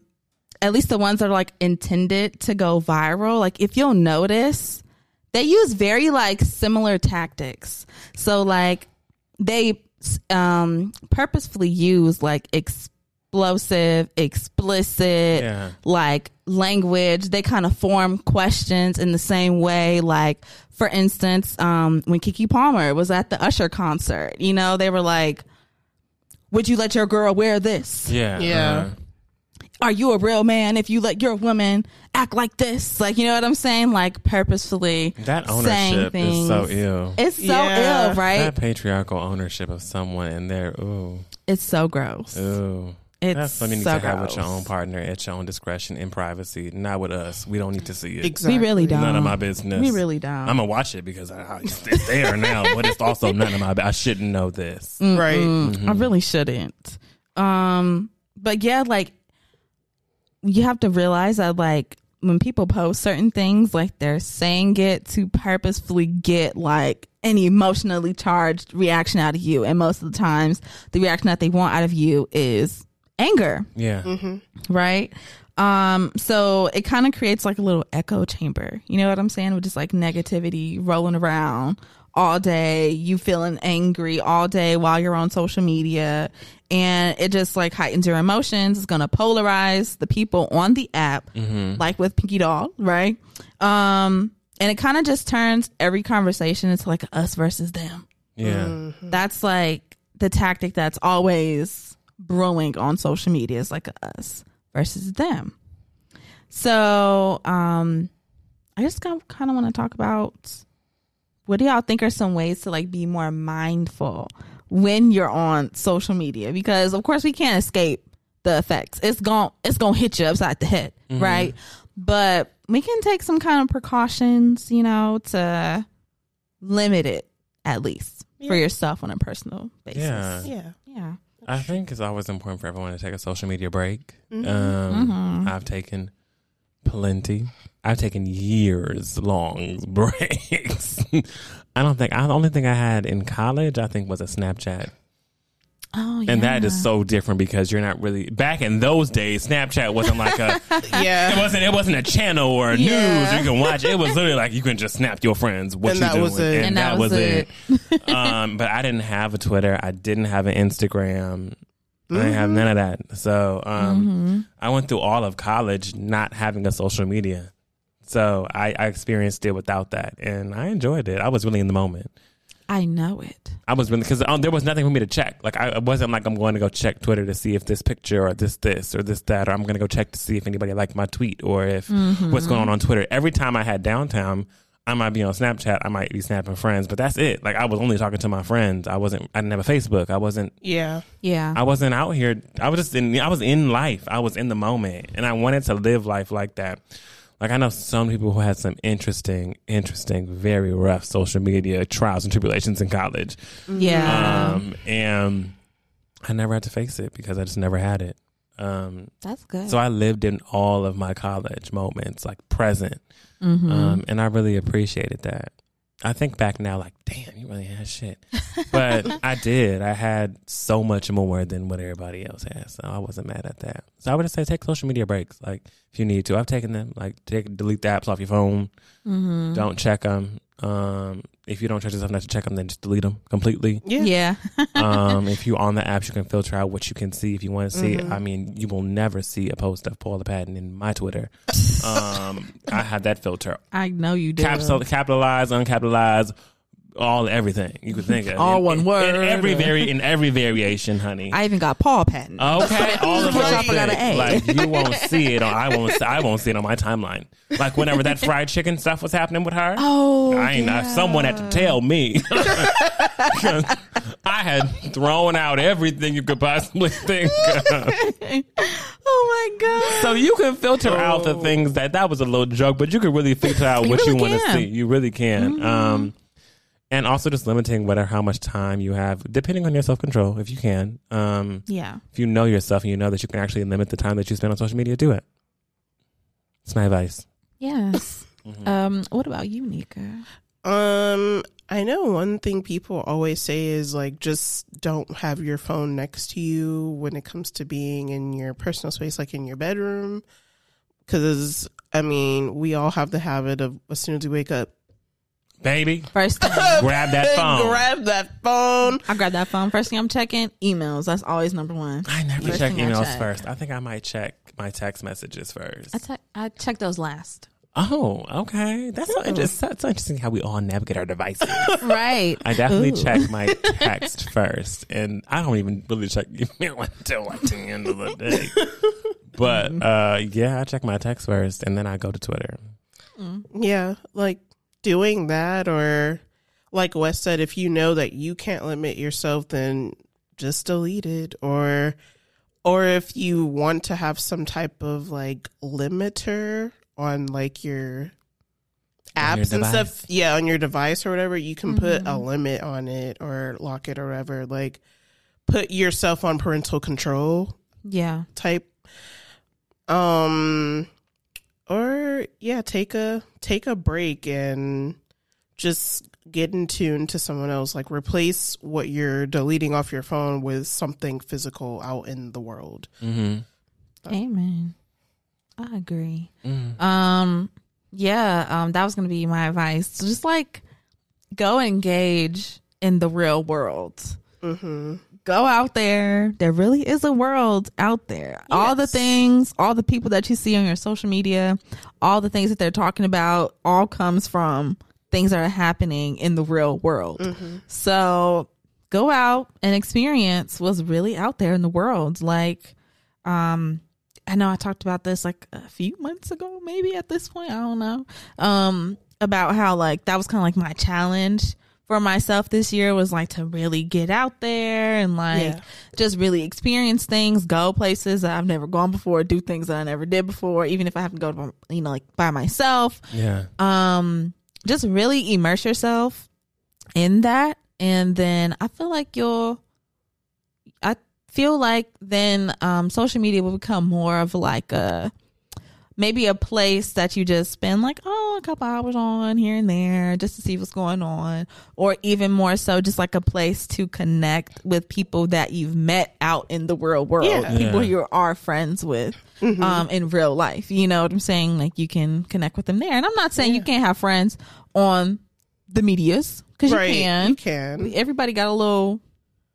at least the ones that are like intended to go viral, like if you'll notice, they use very like similar tactics. So like they um purposefully use like explosive, explicit Yeah. like language. They kind of form questions in the same way like for instance, um when Kiki Palmer was at the Usher concert, you know, they were like would you let your girl wear this? Yeah. Yeah. uh-huh. are you a real man if you let your woman act like this? Like, you know what I'm saying? Like, purposefully That saying ownership is so things. ill. It's so Yeah. ill, right? That patriarchal ownership of someone and their ooh It's so gross. ooh. It's That's something you so need to have with your gross. own partner at your own discretion in privacy, not with us. We don't need to see it. Exactly. We really don't. None of my business. We really don't. I'm gonna watch it because I, I, it's there now, but it's also none of my. I shouldn't know this. Mm. Right. I really shouldn't. Um, but yeah, like you have to realize that like when people post certain things, like they're saying it to purposefully get like an emotionally charged reaction out of you. And most of the times the reaction that they want out of you is anger. Yeah, Mm-hmm. right? Um, so it kind of creates like a little echo chamber. You know what I'm saying? With just like negativity rolling around all day, you feeling angry all day while you're on social media, and it just like heightens your emotions. It's gonna polarize the people on the app, like with Pinky Doll, right? Um, and it kind of just turns every conversation into like a us versus them yeah. Mm. that's like the tactic that's always brewing on social media is like us versus them. So, um, I just kind of want to talk about what do y'all think are some ways to like be more mindful when you're on social media? Because of course we can't escape the effects. It's going it's going to hit you upside the head, right? But we can take some kind of precautions, you know, to limit it at least for yourself on a personal basis. Yeah. Yeah. Yeah. Mm-hmm. I think it's always important for everyone to take a social media break. Um, I've taken plenty. I've taken years long breaks. I don't think I the only thing I had in college I think was a Snapchat. Oh, yeah. And that is so different because you're not really back in those days Snapchat wasn't like a it Yeah. wasn't it wasn't a channel or a Yeah. news you can watch. It was literally like you can just snap your friends what And you that doing was it. and, And that, was it. um, but I didn't have a Twitter. I didn't have an Instagram. I didn't have none of that. So um, I went through all of college not having a social media. So I, I experienced it without that, and I enjoyed it. I was really in the moment. I know it. I was really because um, there was nothing for me to check. Like I it wasn't like I'm going to go check Twitter to see if this picture or this this or this that or I'm going to go check to see if anybody liked my tweet or if what's going on on Twitter. Every time I had downtime, I might be on Snapchat. I might be snapping friends, but that's it. Like I was only talking to my friends. I wasn't. I didn't have a Facebook. I wasn't. Yeah. Yeah. I wasn't out here. I was just in. I was in life. I was in the moment, and I wanted to live life like that. Like I know some people who had some interesting, interesting, very rough social media trials and tribulations in college. yeah. Um, and I never had to face it because I just never had it. Um, That's good. so I lived in all of my college moments, like present. Um, and I really appreciated that. I think back now, like, damn, you really had shit. But I did. I had so much more than what everybody else has. So I wasn't mad at that. So I would just say take social media breaks, like, if you need to. I've taken them. Like, take, delete the apps off your phone. Don't check them. Um, if you don't trust yourself not to check them, then just delete them completely Yeah. yeah. um, if you on the apps, you can filter out what you can see if you want to see. I Mm-hmm. mean, you will never see a post of Paula Patton in my Twitter. Um, I have that filter. I know you do. Capital, capitalize, uncapitalize, all everything you could think of. All In- one in- word. In every vari- in every variation, honey. I even got Paul Patton. Okay, all of Which those I forgot things. an A. Like you won't see it. On, I won't. see- I won't see it on my timeline. Like whenever that fried chicken stuff was happening with her. oh, I ain't not someone had to tell me. 'Cause I had thrown out everything you could possibly think of. oh my god. So you can filter out the things that that was a little joke, but Oh. you can Mm-hmm. really filter out You what you really want to can. see. You really can. Um and also just limiting whether how much time you have, depending on your self control, if you can. Um, Yeah. if you know yourself and you know that you can actually limit the time that you spend on social media, do it. It's my advice. Yes. Mm-hmm. Um, what about you, Nika? Um, I know one thing people always say is like just don't have your phone next to you when it comes to being in your personal space, like in your bedroom. Because I mean, we all have the habit of as soon as we wake up, Baby, First thing, grab that phone. grab that phone. I grab that phone. First thing I'm checking, emails. That's always number one. I never First check thing I emails check. first. I think I might check my text messages first. I te- I check those last. oh, okay. That's so interesting. That's so interesting how we all navigate our devices. Right. I definitely Ooh. check my text first, and I don't even really check email until like the end of the day. Mm-hmm. But uh, yeah, I check my text first, and then I go to Twitter. Yeah, like doing that, or like Wes said, if you know that you can't limit yourself, then just delete it, or or if you want to have some type of like limiter on like On your your apps and device. stuff, yeah, on your device or whatever, you can put a limit on it or lock it or whatever. Like put yourself on parental control Yeah. type um or yeah take a take a break and just get in tune to someone else like replace what you're deleting off your phone with something physical out in the world Mm-hmm. Amen. I agree. Um, yeah, um, that was gonna be my advice. So just like go engage in the real world. Go out there. There really is a world out there. All the things, all the people that you see on your social media, all the things that they're talking about, all comes from things that are happening in the real world. So go out and experience what's really out there in the world. Like, um i know i talked about this like a few months ago maybe at this point i don't know um about how like that was kind of like my challenge for myself this year was like to really get out there and like Yeah. just really experience things go places that i've never gone before do things that i never did before even if i have to go to you know like by myself Yeah. um just really immerse yourself in that and then i feel like you'll i feel like then um social media will become more of like a maybe a place that you just spend like oh a couple hours on here and there just to see what's going on or even more so just like a place to connect with people that you've met out in the real world Yeah. people Yeah. you are friends with um in real life you know what i'm saying like you can connect with them there and i'm not saying you can't have friends on the medias because right you can you can everybody got a little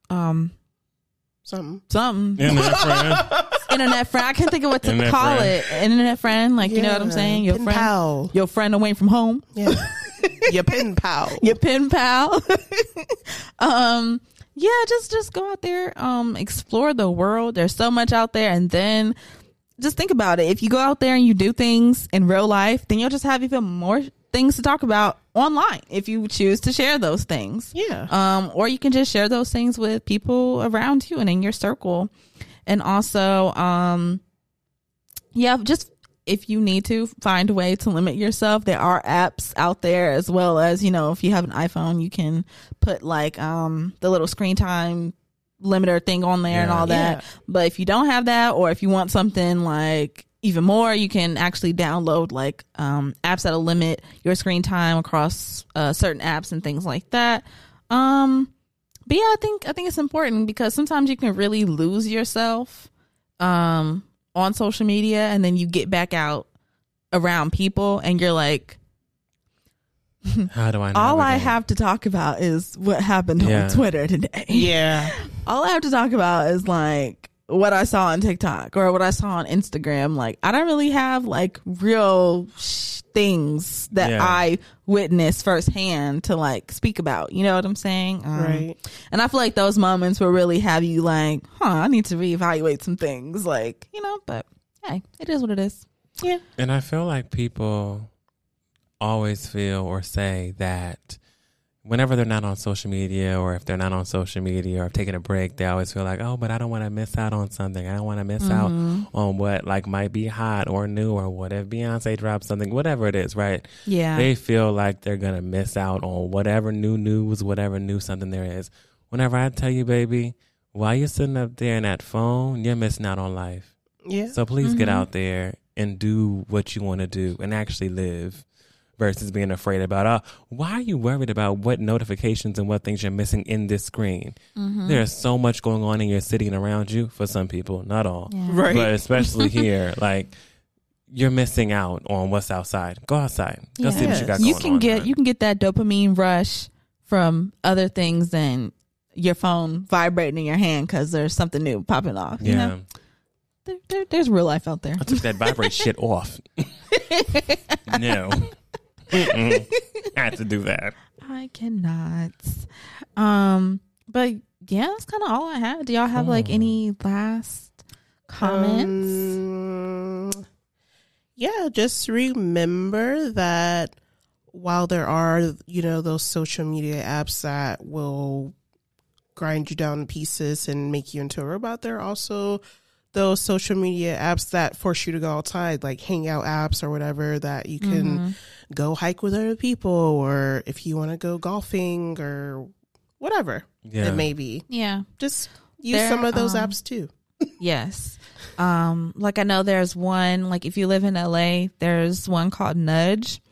um something something And then, friend, internet friend. I can't think of what to Internet call friend. it. Internet friend, like you know what I'm Yeah. saying. Your Pen friend, pal. your friend away from home, yeah your pen pal your pen pal. um, yeah, just just go out there, um, explore the world. There's so much out there, and then just think about it. If you go out there and you do things in real life, then you'll just have even more things to talk about online if you choose to share those things. yeah Um, or you can just share those things with people around you and in your circle. And also, um, yeah, just if you need to find a way to limit yourself, there are apps out there as well as, you know, if you have an iPhone, you can put like um, the little screen time limiter thing on there and Yeah. all that. But if you don't have that, or if you want something like even more, you can actually download like um, apps that'll limit your screen time across uh, certain apps and things like that. Um, but yeah, I think I think it's important because sometimes you can really lose yourself um, on social media, and then you get back out around people, and you're like, how do I? all I navigate? have to talk about is what happened Yeah. on Twitter today. yeah all I have to talk about is like what I saw on TikTok or what I saw on Instagram. Like, I don't really have like real sh- things that Yeah. I witnessed firsthand to like speak about. You know what I'm saying? Um, Right. And I feel like those moments will really have you like, huh, I need to reevaluate some things. Like, you know, but hey, it is what it is. Yeah. And I feel like people always feel or say that whenever they're not on social media or if they're not on social media or if taking a break, they always feel like, oh, but I don't want to miss out on something. I don't want to miss out on what like might be hot or new or what if Beyonce drops something, whatever it is, right? Yeah. They feel like they're going to miss out on whatever new news, whatever new something there is. Whenever I tell you, baby, while you're sitting up there in that phone, you're missing out on life. Yeah. So please get Mm-hmm. out there and do what you want to do and actually live versus being afraid about, uh, why are you worried about what notifications and what things you're missing in this screen? Mm. Mm-hmm. There is so much going on in your city and around you for some people, not all, Yeah. Right. but especially here, like you're missing out on what's outside. Go outside. Go see what you got Yes. going you can on, get man. you can get that dopamine rush from other things than your phone vibrating in your hand because there's something new popping off. You yeah. know, there, there, there's real life out there. I took that vibrate shit off. no. Mm-mm. I had to do that. I cannot. Um, but yeah, that's kind of all I had. Do y'all have like any last comments? Um, yeah, just remember that while there are, you know, those social media apps that will grind you down to pieces and make you into a robot, there are also those social media apps that force you to go outside, like hangout apps or whatever that you can Mm-hmm. go hike with other people or if you want to go golfing or whatever Yeah. it may be. yeah. Just use There, some of those um, apps too. Yes. Um, like I know there's one, like if you live in LA, there's one called Nudge.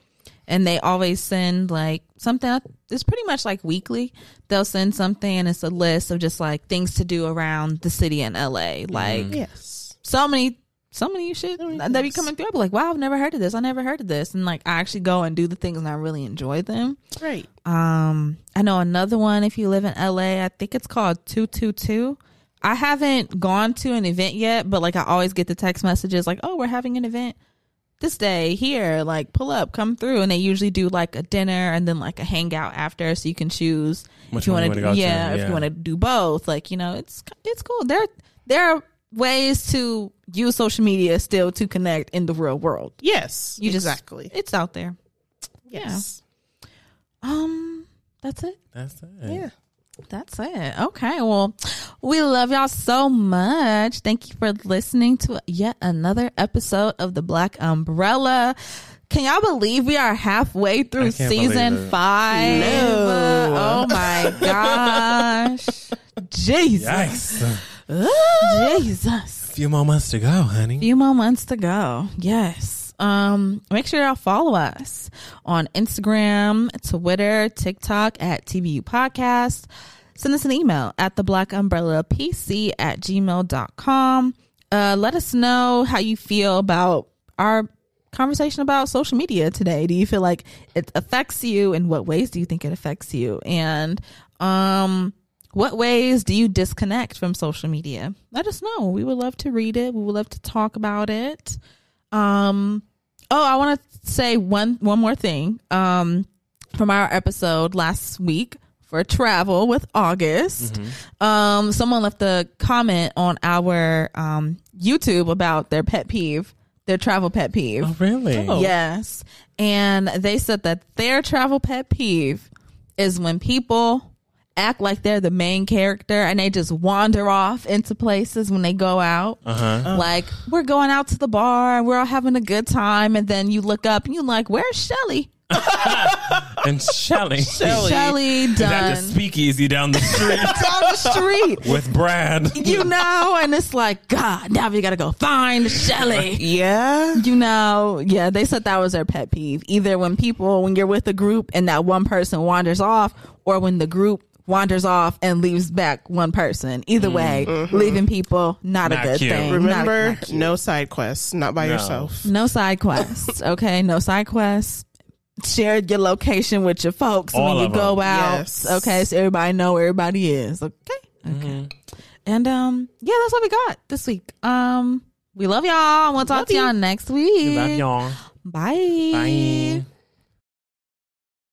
And they always send like something, it's pretty much like weekly. They'll send something and it's a list of just like things to do around the city in LA. Like Yes. so many, so many shit Mm-hmm. So many that be things. coming through. I'll be like, wow, I've never heard of this. I never heard of this. And like I actually go and do the things and I really enjoy them. Right. Um, I know another one. If you live in LA, I think it's called two two two. I haven't gone to an event yet, but like I always get the text messages like, "Oh, we're having an event this day here. Like, pull up, come through." And they usually do like a dinner and then like a hangout after, so you can choose Which if you one want you to, wanna go to, yeah, if yeah. you want to do both. Like, you know, it's it's cool. There there are ways to use social media still to connect in the real world. Yes. You just- exactly. It's out there. yes. Um, that's it. That's it. Yeah. That's it. Okay. Well, we love y'all so much. Thank you for listening to yet another episode of The Black Umbrella. Can y'all believe we are halfway through I can't believe season it. five? No. Oh my gosh. Jesus. Yikes. Jesus. few more months to go, honey. Few more months to go. Yes. Um, make sure y'all follow us on Instagram, Twitter, TikTok at TBU Podcast. Send us an email at the black umbrella pc at gmail.com. Uh, let us know how you feel about our conversation about social media today. Do you feel like it affects you? In what ways do you think it affects you? And um, what ways do you disconnect from social media? Let us know. We would love to read it. We would love to talk about it. Um, oh, I want to say one one more thing. Um, from our episode last week for travel with August, um, someone left a comment on our um, YouTube about their pet peeve, their travel pet peeve. Oh, really? Yes. And they said that their travel pet peeve is when people act like they're the main character and they just wander off into places when they go out. Uh-huh. Like, we're going out to the bar and we're all having a good time. And then you look up and you're like, where's Shelly? And Shelly Shelly. Shelly is at the done. speakeasy down the street Down the street. with Brad. You know, and it's like, God, now we gotta go find Shelly. Yeah. you know, yeah, they said that was their pet peeve. Either when people, when you're with a group and that one person wanders off, or when the group wanders off and leaves back one person. Either way, leaving people not, Not a good cute. thing. Not- Mm-hmm. Remember, not cute. no side quests, not by No. yourself. no side quests. Okay, no side quests. Share your location with your folks All when you of go them. out. Yes. Okay, so everybody know where everybody is. Okay. Okay. Mm-hmm. And um, yeah, that's what we got this week. Um, we love y'all. We'll talk to y'all next week. Love y'all. Bye. Bye.